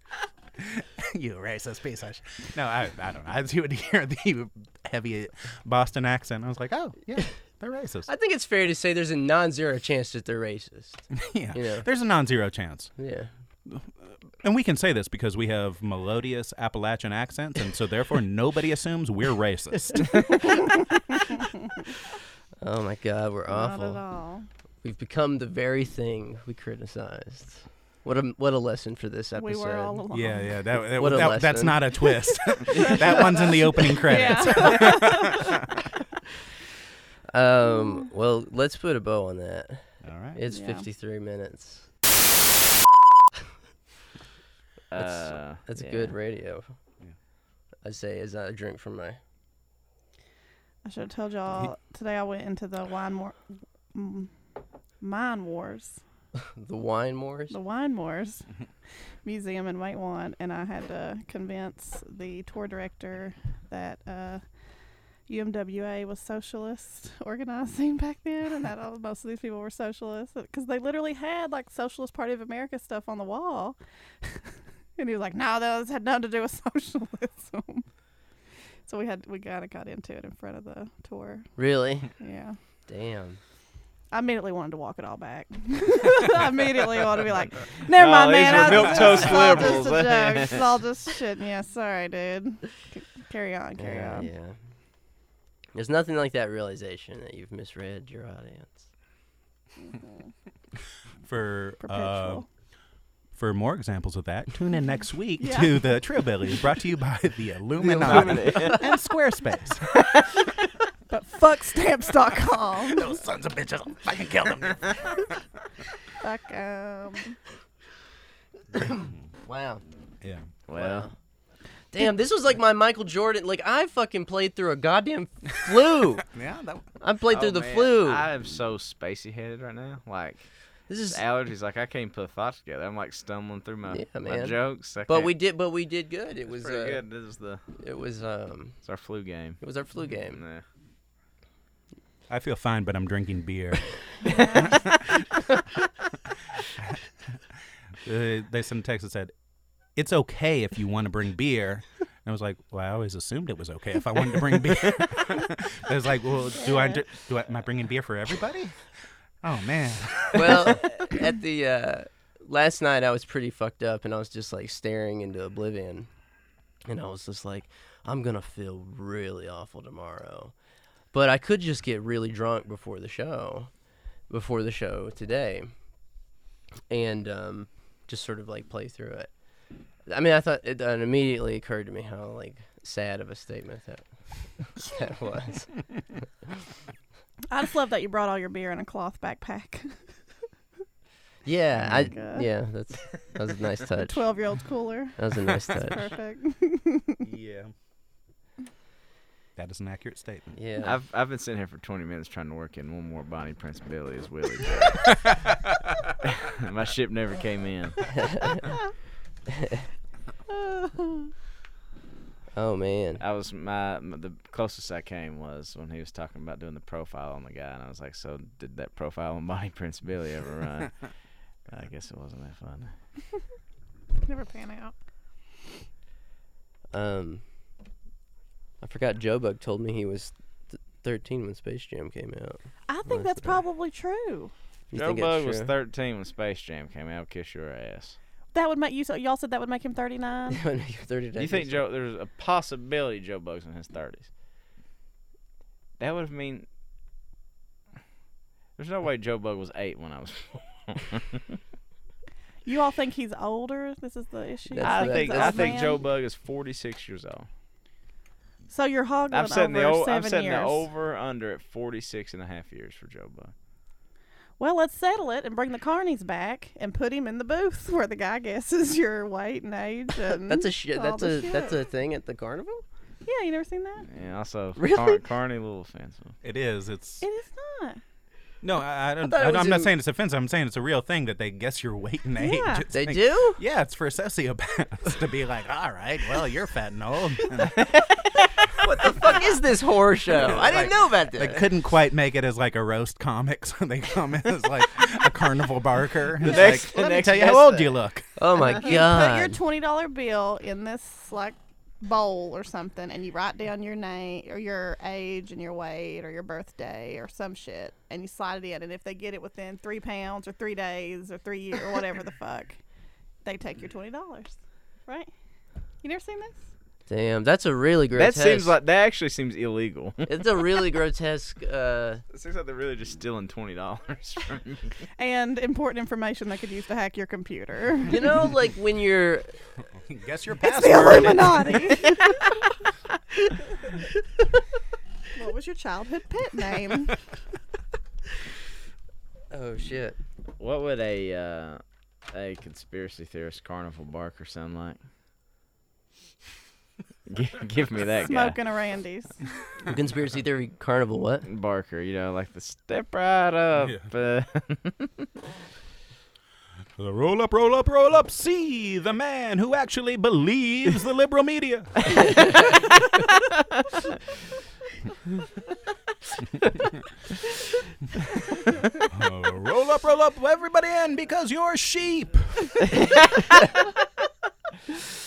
[SPEAKER 3] you racist piece of sh-. No, I, I don't know. I would hear the heavy Boston accent. I was like, oh yeah, they're racist.
[SPEAKER 1] I think it's fair to say there's a non-zero chance that they're racist.
[SPEAKER 3] yeah.
[SPEAKER 1] Yeah.
[SPEAKER 3] there's a non-zero chance.
[SPEAKER 1] Yeah.
[SPEAKER 3] And we can say this because we have melodious Appalachian accents, and so therefore nobody assumes we're racist.
[SPEAKER 1] Oh my god, we're
[SPEAKER 4] Not
[SPEAKER 1] awful.
[SPEAKER 4] at all.
[SPEAKER 1] We've become the very thing we criticized. What a what a lesson for this episode.
[SPEAKER 4] We were all along.
[SPEAKER 3] yeah, yeah, that, that,
[SPEAKER 1] What a
[SPEAKER 3] that- that's
[SPEAKER 1] lesson.
[SPEAKER 3] not a twist. that one's in the opening credits.
[SPEAKER 4] Yeah.
[SPEAKER 1] Um, well, let's put a bow on that.
[SPEAKER 3] All right.
[SPEAKER 1] It's
[SPEAKER 4] Yeah.
[SPEAKER 1] 53 minutes.
[SPEAKER 2] Uh,
[SPEAKER 1] That's
[SPEAKER 2] yeah.
[SPEAKER 1] good radio. I say as I drink from my.
[SPEAKER 4] I should have told y'all today. I went into the wine war, mm, mine wars,
[SPEAKER 1] The wine moors.
[SPEAKER 4] the wine wars museum in White Lawn, and I had to convince the tour director that uh, UMWA was socialist organizing back then, and that all, most of these people were socialists because they literally had like Socialist Party of America stuff on the wall. and he was like, "No, those had nothing to do with socialism." so we had we kind of got into it in front of the tour.
[SPEAKER 1] Really?
[SPEAKER 4] Yeah.
[SPEAKER 1] Damn.
[SPEAKER 4] I immediately wanted to walk it all back. I immediately wanted to be like, never
[SPEAKER 5] No,
[SPEAKER 4] mind,
[SPEAKER 5] these
[SPEAKER 4] man.
[SPEAKER 5] were
[SPEAKER 4] I was
[SPEAKER 5] milk
[SPEAKER 4] just-
[SPEAKER 5] toast
[SPEAKER 4] it's all just a
[SPEAKER 5] liberals."
[SPEAKER 4] joke. It's all just shit. Yeah, sorry, dude. C- carry on, carry
[SPEAKER 1] Yeah,
[SPEAKER 4] on.
[SPEAKER 1] yeah. There's nothing like that realization that you've misread your audience.
[SPEAKER 3] For uh,
[SPEAKER 4] Perpetual.
[SPEAKER 3] for more examples of that, tune in next week
[SPEAKER 4] Yeah.
[SPEAKER 3] to the Trailbillies, brought to you by the Illuminati and Squarespace.
[SPEAKER 4] but fuck stamps.com.
[SPEAKER 3] Those sons of bitches, I'll fucking kill them.
[SPEAKER 4] fuck um.
[SPEAKER 1] Wow.
[SPEAKER 3] Yeah.
[SPEAKER 2] Well,
[SPEAKER 1] Damn, this was like my Michael Jordan. Like I fucking played through a goddamn flu.
[SPEAKER 3] Yeah. That,
[SPEAKER 1] I played through
[SPEAKER 2] oh,
[SPEAKER 1] the
[SPEAKER 2] man,
[SPEAKER 1] flu.
[SPEAKER 2] I am so spacey headed right now. Like
[SPEAKER 1] this is.
[SPEAKER 2] allergies, like I can't put thoughts together. I'm like stumbling through my,
[SPEAKER 1] Yeah,
[SPEAKER 2] my
[SPEAKER 1] man.
[SPEAKER 2] jokes. I
[SPEAKER 1] But
[SPEAKER 2] can't-
[SPEAKER 1] we did. But we did good. It
[SPEAKER 2] It's
[SPEAKER 1] was.
[SPEAKER 2] pretty
[SPEAKER 1] Uh,
[SPEAKER 2] good. This is the
[SPEAKER 1] it was. Um.
[SPEAKER 2] it's our flu game.
[SPEAKER 1] It was our flu game.
[SPEAKER 2] Yeah.
[SPEAKER 3] I feel fine, but I'm drinking beer. Uh, they sent a text that said, "It's okay if you want to bring beer." And I was like, "Well, I always assumed it was okay if I wanted to bring beer." I was like, "Well, do I do, do I, am I bringing beer for everybody?" Oh man,
[SPEAKER 1] well, at the uh, last night, I was pretty fucked up, and I was just like staring into oblivion, and I was just like, I'm gonna feel really awful tomorrow, but I could just get really drunk before the show, before the show today, and um, just sort of like play through it. I mean, I thought it, uh, it immediately occurred to me how like sad of a statement that that was.
[SPEAKER 4] I just love that you brought all your beer in a cloth backpack.
[SPEAKER 1] Yeah, I
[SPEAKER 4] Oh God.
[SPEAKER 1] yeah, that's that was a nice touch. That
[SPEAKER 4] Twelve year old cooler.
[SPEAKER 1] was a nice touch.
[SPEAKER 4] Perfect.
[SPEAKER 3] yeah, that is an accurate statement.
[SPEAKER 1] Yeah.
[SPEAKER 2] I've I've been sitting here for 20 minutes trying to work in one more Bonnie Prince Billy as Willie. My ship never came in.
[SPEAKER 1] Oh man.
[SPEAKER 2] I was my, my the closest I came was when he was talking about doing the profile on the guy, and I was like, "So did that profile on Bonnie Prince Billy ever run?" I guess it wasn't that fun.
[SPEAKER 4] Never pan out.
[SPEAKER 1] Um I forgot Joe Bug told me he was th- 13 when Space Jam came out.
[SPEAKER 4] I think that's probably true.
[SPEAKER 1] You
[SPEAKER 2] Joe
[SPEAKER 1] think it's
[SPEAKER 2] Bug was
[SPEAKER 1] true?
[SPEAKER 2] 13 when Space Jam came out. Kiss your ass.
[SPEAKER 4] That would make you. So y'all said that would make him thirty nine.
[SPEAKER 1] When you're 30
[SPEAKER 2] Do you think Joe? There's a possibility Joe Bug's in his 30s. That would have mean. There's no way Joe Bug was eight when I was.
[SPEAKER 4] You all think he's older? This is the issue. You
[SPEAKER 1] That's
[SPEAKER 2] I
[SPEAKER 1] the-
[SPEAKER 2] think
[SPEAKER 4] he's an
[SPEAKER 2] I
[SPEAKER 4] old
[SPEAKER 2] think
[SPEAKER 4] man?
[SPEAKER 2] Joe Bug is 46 years old.
[SPEAKER 4] So you're hoggling
[SPEAKER 2] I'm setting
[SPEAKER 4] over
[SPEAKER 2] the o-
[SPEAKER 4] seven
[SPEAKER 2] I'm setting
[SPEAKER 4] years.
[SPEAKER 2] the over under at 46 and a half years for Joe Buck.
[SPEAKER 4] well, let's settle it and bring the carnies back and put him in the booth where the guy guesses your weight and age. And
[SPEAKER 1] That's a sh-
[SPEAKER 4] all
[SPEAKER 1] that's
[SPEAKER 4] the
[SPEAKER 1] a
[SPEAKER 4] shit.
[SPEAKER 1] that's a thing at the carnival.
[SPEAKER 4] yeah. You never seen that?
[SPEAKER 2] And also,
[SPEAKER 1] Really?
[SPEAKER 2] Car- Carney a little offensive.
[SPEAKER 3] It is. It's
[SPEAKER 4] It is not.
[SPEAKER 3] no. I, I don't.
[SPEAKER 1] thought it
[SPEAKER 3] I
[SPEAKER 1] was
[SPEAKER 3] am not
[SPEAKER 1] in-
[SPEAKER 3] saying it's offensive. I'm saying it's a real thing that they guess your weight and age.
[SPEAKER 4] Yeah.
[SPEAKER 3] It's
[SPEAKER 1] They
[SPEAKER 3] like-
[SPEAKER 1] do.
[SPEAKER 3] Yeah, it's for sociopaths to be like, all right, well, you're fat and old.
[SPEAKER 1] What the fuck is this horror show? I didn't
[SPEAKER 3] Like-
[SPEAKER 1] know about
[SPEAKER 3] they
[SPEAKER 1] this.
[SPEAKER 3] couldn't quite make it as like a roast comic, so they come in as like a carnival barker. The
[SPEAKER 5] next-
[SPEAKER 3] like,
[SPEAKER 5] the
[SPEAKER 3] Let me
[SPEAKER 5] next
[SPEAKER 3] tell you
[SPEAKER 5] best
[SPEAKER 3] how old
[SPEAKER 5] thing."
[SPEAKER 3] you look.
[SPEAKER 1] Oh my
[SPEAKER 4] Put your
[SPEAKER 1] god.
[SPEAKER 4] twenty dollar bill in this like bowl or something, and you write down your name or your age and your weight or your birthday or some shit, and you slide it in. And if they get it within three pounds or three days or three years or whatever the fuck, they take your twenty dollars. Right? You never seen this?
[SPEAKER 1] Damn, that's a really
[SPEAKER 2] That
[SPEAKER 1] grotesque.
[SPEAKER 2] seems like that actually seems illegal. it
[SPEAKER 1] it's a really grotesque. Uh,
[SPEAKER 2] seems like they're really just stealing twenty dollars from me.
[SPEAKER 4] And important information they could use to hack your computer.
[SPEAKER 1] you know, like when you're
[SPEAKER 3] Guess your
[SPEAKER 4] It's the
[SPEAKER 3] password.
[SPEAKER 4] Illuminati. what was your childhood pet name?
[SPEAKER 1] Oh shit.
[SPEAKER 2] What would a uh, a conspiracy theorist carnival barker sound like? Gi- Give me that guy.
[SPEAKER 4] Smoking a Randy's.
[SPEAKER 1] Conspiracy theory carnival. What?
[SPEAKER 2] Barker, you know, like the step right up. uh,
[SPEAKER 3] The roll up, roll up, roll up. See the man who actually believes the liberal media. Uh, roll up, roll up, everybody in because you're sheep.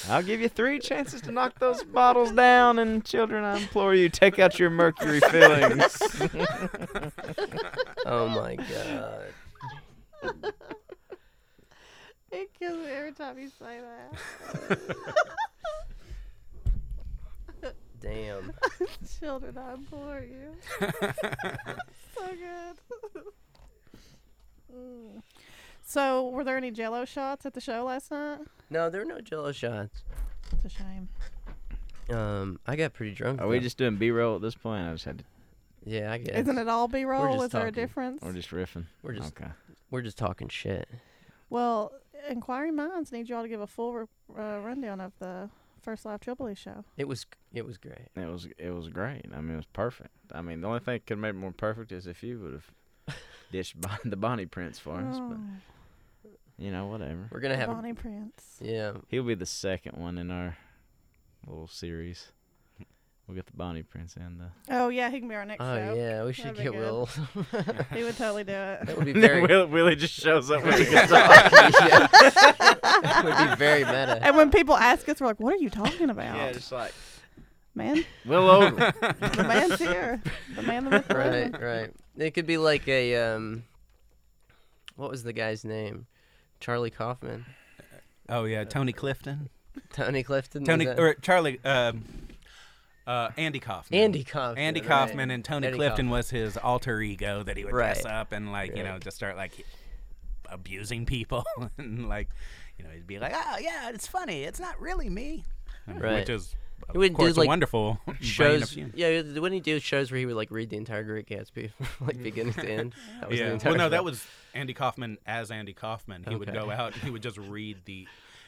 [SPEAKER 2] I'll give you three chances to knock those bottles down, and children, I implore you, take out your mercury fillings.
[SPEAKER 1] Oh my god.
[SPEAKER 4] It kills me every time you say that.
[SPEAKER 1] Damn.
[SPEAKER 4] Children, I implore you. so good. Mm. so, were there any Jello shots at the show last night?
[SPEAKER 1] No, there were no jello shots.
[SPEAKER 4] It's a shame.
[SPEAKER 1] Um, I got pretty drunk.
[SPEAKER 2] Are we
[SPEAKER 1] though.
[SPEAKER 2] just doing B-roll at this point? I just had to.
[SPEAKER 1] Yeah, I guess.
[SPEAKER 4] Isn't it all B-roll?
[SPEAKER 1] just
[SPEAKER 4] Is there a
[SPEAKER 1] talking.
[SPEAKER 4] difference?
[SPEAKER 2] We're just riffing.
[SPEAKER 1] We're just
[SPEAKER 2] okay.
[SPEAKER 1] we're just talking shit.
[SPEAKER 4] Well, inquiring minds need y'all to give a full re- uh, rundown of the first live Jubilee show.
[SPEAKER 1] It was it was great.
[SPEAKER 2] It was it was great. I mean, it was perfect. I mean, the only thing that could have made it more perfect is if you would have dished bon- the Bonnie Prince for us. But
[SPEAKER 4] Oh,
[SPEAKER 2] you know, whatever.
[SPEAKER 1] We're gonna have
[SPEAKER 4] Bonnie Prince.
[SPEAKER 1] yeah.
[SPEAKER 2] He'll be the second one in our little series. We'll get the Bonnie Prince and the.
[SPEAKER 4] Oh yeah, he can be our next
[SPEAKER 1] Oh
[SPEAKER 4] show.
[SPEAKER 1] yeah, we should
[SPEAKER 4] That'd be
[SPEAKER 1] get
[SPEAKER 4] good.
[SPEAKER 1] Will.
[SPEAKER 4] He would totally do it.
[SPEAKER 1] that would be
[SPEAKER 2] And then
[SPEAKER 1] very.
[SPEAKER 2] Will, Willie just shows up with a
[SPEAKER 1] yeah. That would be very meta.
[SPEAKER 4] And when people ask us, we're like, "What are you talking about,
[SPEAKER 2] Yeah, just like
[SPEAKER 4] man?
[SPEAKER 2] Will Oldham.
[SPEAKER 4] The man's here. The man, the myth, the legend."
[SPEAKER 1] Right, right. It could be like a um. What was the guy's name? Charlie Kaufman,
[SPEAKER 3] Oh yeah, Tony Clifton,
[SPEAKER 1] Tony Clifton. was
[SPEAKER 3] Tony
[SPEAKER 1] that-
[SPEAKER 3] or Charlie, um, uh, Andy Kaufman.
[SPEAKER 1] Andy Kaufman.
[SPEAKER 3] Andy
[SPEAKER 1] right.
[SPEAKER 3] Kaufman and Tony
[SPEAKER 1] Andy
[SPEAKER 3] Clifton was his alter ego that he would dress
[SPEAKER 1] Right.
[SPEAKER 3] up and like you know
[SPEAKER 1] Right.
[SPEAKER 3] just start like abusing people and like you know he'd be like oh yeah it's funny it's not really me
[SPEAKER 1] Right.
[SPEAKER 3] which is of
[SPEAKER 1] He would do,
[SPEAKER 3] course a
[SPEAKER 1] like,
[SPEAKER 3] wonderful brain of
[SPEAKER 1] shows.
[SPEAKER 3] humor.
[SPEAKER 1] Yeah, wouldn't he do shows where he would like read the entire Great Gatsby, from, like beginning to end? That was the
[SPEAKER 3] yeah
[SPEAKER 1] entire
[SPEAKER 3] well no
[SPEAKER 1] show.
[SPEAKER 3] that was Andy Kaufman as Andy Kaufman he would
[SPEAKER 1] Okay.
[SPEAKER 3] go out and he would just read the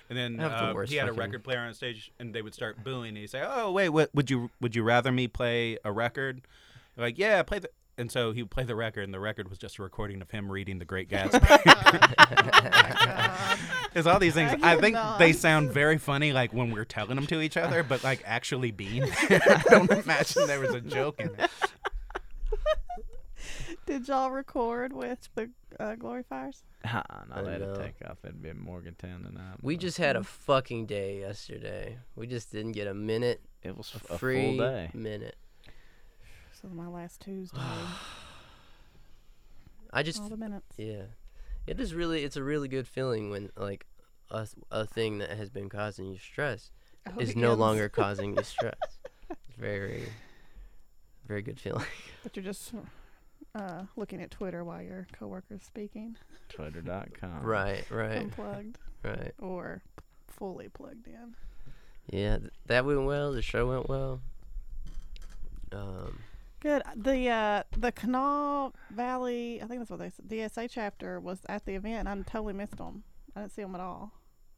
[SPEAKER 3] and then
[SPEAKER 1] That was the
[SPEAKER 3] uh,
[SPEAKER 1] worst
[SPEAKER 3] he had a
[SPEAKER 1] fucking-
[SPEAKER 3] record player on stage and they would start booing and he'd say oh wait what would you would you rather me play a record like yeah play the and so he would play the record, and the record was just a recording of him reading The Great Gatsby. There's all these things. I think they sound very funny, like when we're telling them to each other, but like actually being. I don't imagine there was a joke in it.
[SPEAKER 4] Did y'all record with the uh, Glory Fires?
[SPEAKER 2] Ah, Nah, no,
[SPEAKER 1] I
[SPEAKER 2] that'd
[SPEAKER 1] know.
[SPEAKER 2] take off. That'd be in Morgantown tonight.
[SPEAKER 1] We
[SPEAKER 2] but
[SPEAKER 1] just had a fucking day yesterday. We just didn't get a minute,
[SPEAKER 2] it was
[SPEAKER 1] a
[SPEAKER 2] a
[SPEAKER 1] free
[SPEAKER 2] full day.
[SPEAKER 1] minute.
[SPEAKER 4] This is my last Tuesday.
[SPEAKER 1] I just
[SPEAKER 4] All the minutes.
[SPEAKER 1] yeah, it is really it's a really good feeling when like a a thing that has been causing you stress
[SPEAKER 4] I hope
[SPEAKER 1] is
[SPEAKER 4] it
[SPEAKER 1] no
[SPEAKER 4] ends,
[SPEAKER 1] longer causing you stress. Very very good feeling.
[SPEAKER 4] But you're just uh, looking at Twitter while your coworker's speaking,
[SPEAKER 2] Twitter.com.
[SPEAKER 1] Right, right,
[SPEAKER 4] unplugged
[SPEAKER 1] right.
[SPEAKER 4] or fully plugged in.
[SPEAKER 1] Yeah, th- that went well. The show went well. Um,
[SPEAKER 4] Good. The uh, the Kanawha Valley, I think that's what they said, DSA chapter was at the event. I totally missed them. I didn't see them at all.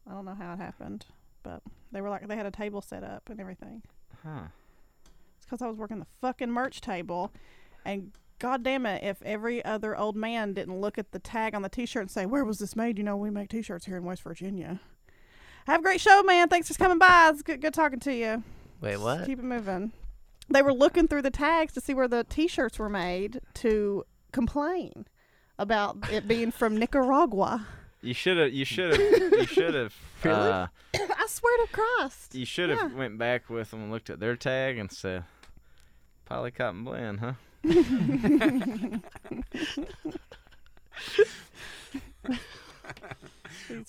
[SPEAKER 4] I don't know how it happened, but they were like they had a table set up and everything.
[SPEAKER 2] Huh.
[SPEAKER 4] It's because I was working the fucking merch table, and god damn it, if every other old man didn't look at the tag on the T-shirt and say, "Where was this made?" You know, we make T-shirts here in West Virginia. Have a great show, man. Thanks for coming by. It's good, good talking to you.
[SPEAKER 1] Wait,
[SPEAKER 4] Just
[SPEAKER 1] what?
[SPEAKER 4] Keep it moving. They were looking through the tags to see where the T-shirts were made to complain about it being from Nicaragua.
[SPEAKER 2] You should have. You should have. you should have.
[SPEAKER 1] Really?
[SPEAKER 2] Uh,
[SPEAKER 4] I swear to Christ.
[SPEAKER 2] you should have
[SPEAKER 4] Yeah.
[SPEAKER 2] went back with them and looked at their tag and said, "Poly cotton blend, huh?"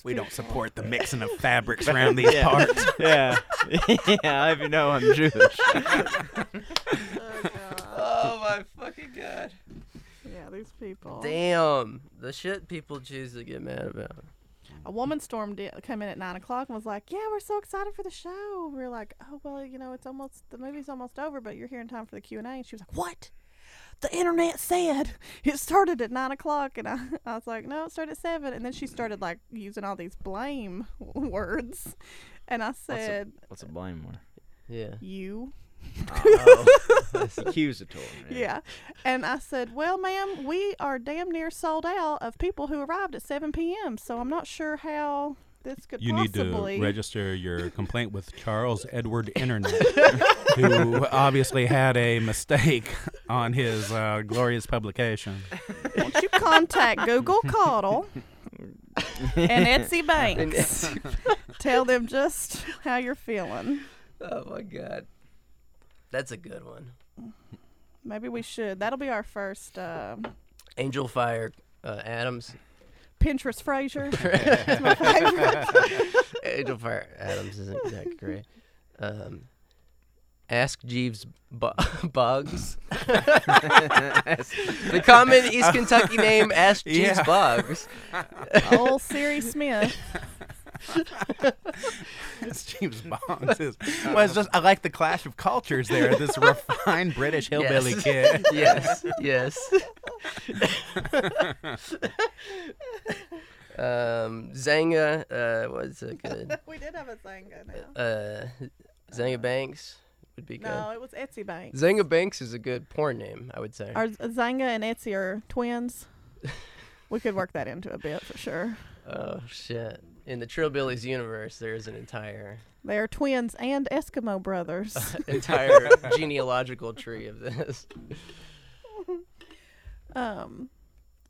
[SPEAKER 3] We don't support the mixing of fabrics around these
[SPEAKER 2] Yeah.
[SPEAKER 3] parts.
[SPEAKER 2] yeah. yeah. If you know, I'm Jewish.
[SPEAKER 1] Oh my fucking god.
[SPEAKER 4] Yeah, these people.
[SPEAKER 1] Damn. The shit people choose to get mad about.
[SPEAKER 4] a woman stormed in, came in at nine o'clock and was like, "Yeah, we're so excited for the show." We were like, "Oh well, you know, it's almost the movie's almost over, but you're here in time for the Q and A." And she was like, "What?" The internet said it started at nine o'clock, and I, I was like, "No, it started at 7. And then she started like using all these blame words, and I said,
[SPEAKER 2] What's a blame word?
[SPEAKER 1] Yeah.
[SPEAKER 4] "You."
[SPEAKER 2] Accusatory.
[SPEAKER 4] Yeah. And I said, Well, ma'am, we are damn near sold out of people who arrived at 7 p.m., so I'm not sure how this could
[SPEAKER 3] You need
[SPEAKER 4] possibly.
[SPEAKER 3] to register your complaint with Charles Edward Internet, who obviously had a mistake on his uh, glorious publication.
[SPEAKER 4] Won't you contact Google Coddle and Etsy Banks? Tell them just how you're feeling.
[SPEAKER 1] Oh my god. That's a good one.
[SPEAKER 4] Maybe we should. That'll be our first uh,
[SPEAKER 1] Angel Fire uh, Adams.
[SPEAKER 4] Pinterest Fraser. That's my favorite.
[SPEAKER 1] Angel Fire Adams isn't that great. Um, Ask Jeeves Bu- Bugs. the common East Kentucky name, Ask Jeeves
[SPEAKER 3] Yeah.
[SPEAKER 1] Bugs.
[SPEAKER 4] Old Siri Smith.
[SPEAKER 3] That's James Bond. Well, it's just I like the clash of cultures there. This refined British hillbilly
[SPEAKER 1] Yes.
[SPEAKER 3] kid.
[SPEAKER 1] Yes, yes. um, Zanga, uh, what's a good?
[SPEAKER 4] We did have a Zanga now.
[SPEAKER 1] Uh, Zanga Banks would be good.
[SPEAKER 4] No, it was Etsy Banks.
[SPEAKER 1] Zanga Banks is a good porn name, I would say.
[SPEAKER 4] Our Zanga and Etsy are twins. We could work that into a bit for sure.
[SPEAKER 1] oh shit! In the Trillbillies universe, there is an entire
[SPEAKER 4] They are twins and Eskimo brothers.
[SPEAKER 1] entire genealogical tree of this.
[SPEAKER 4] Um,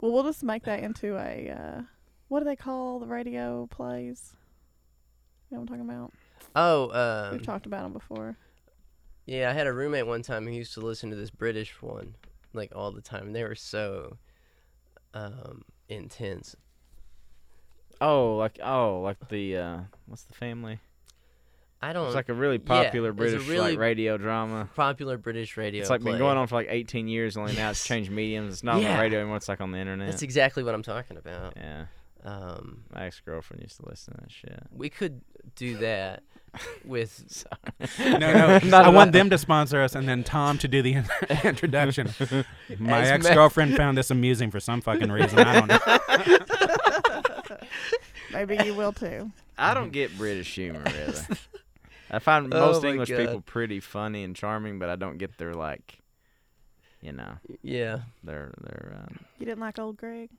[SPEAKER 4] well, we'll just make that into a uh, what do they call the radio plays? You know what I'm talking about?
[SPEAKER 1] Oh, um,
[SPEAKER 4] We've talked about them before.
[SPEAKER 1] yeah, I had a roommate one time who used to listen to this British one like all the time. They were so um, intense.
[SPEAKER 2] Oh, like oh, like the uh, what's the family?
[SPEAKER 1] I don't
[SPEAKER 2] It's like a really
[SPEAKER 1] Oh, yeah,
[SPEAKER 2] popular
[SPEAKER 1] it's a
[SPEAKER 2] British
[SPEAKER 1] really-
[SPEAKER 2] like radio drama.
[SPEAKER 1] popular British radio.
[SPEAKER 2] It's like
[SPEAKER 1] play.
[SPEAKER 2] been going on for like 18 years. Only now it's
[SPEAKER 1] Yes.
[SPEAKER 2] changed mediums. It's not on
[SPEAKER 1] Yeah.
[SPEAKER 2] the radio anymore. It's like on the internet.
[SPEAKER 1] That's exactly what I'm talking about.
[SPEAKER 2] yeah,
[SPEAKER 1] Um,
[SPEAKER 2] my ex girlfriend used to listen to that shit.
[SPEAKER 1] we could do that with
[SPEAKER 3] No, no.
[SPEAKER 2] Not
[SPEAKER 3] I
[SPEAKER 2] at
[SPEAKER 3] want
[SPEAKER 2] all.
[SPEAKER 3] them to sponsor us and then Tom to do the introduction. My
[SPEAKER 1] As ma-
[SPEAKER 3] ex girlfriend found this amusing for some fucking reason. I don't know.
[SPEAKER 4] Maybe you will too.
[SPEAKER 2] I don't get British humor really. I find
[SPEAKER 1] Oh
[SPEAKER 2] most
[SPEAKER 1] my
[SPEAKER 2] English
[SPEAKER 1] God.
[SPEAKER 2] people pretty funny and charming, but I don't get their like, you know,
[SPEAKER 1] yeah.
[SPEAKER 2] their their. Um,
[SPEAKER 4] You didn't like old Greg?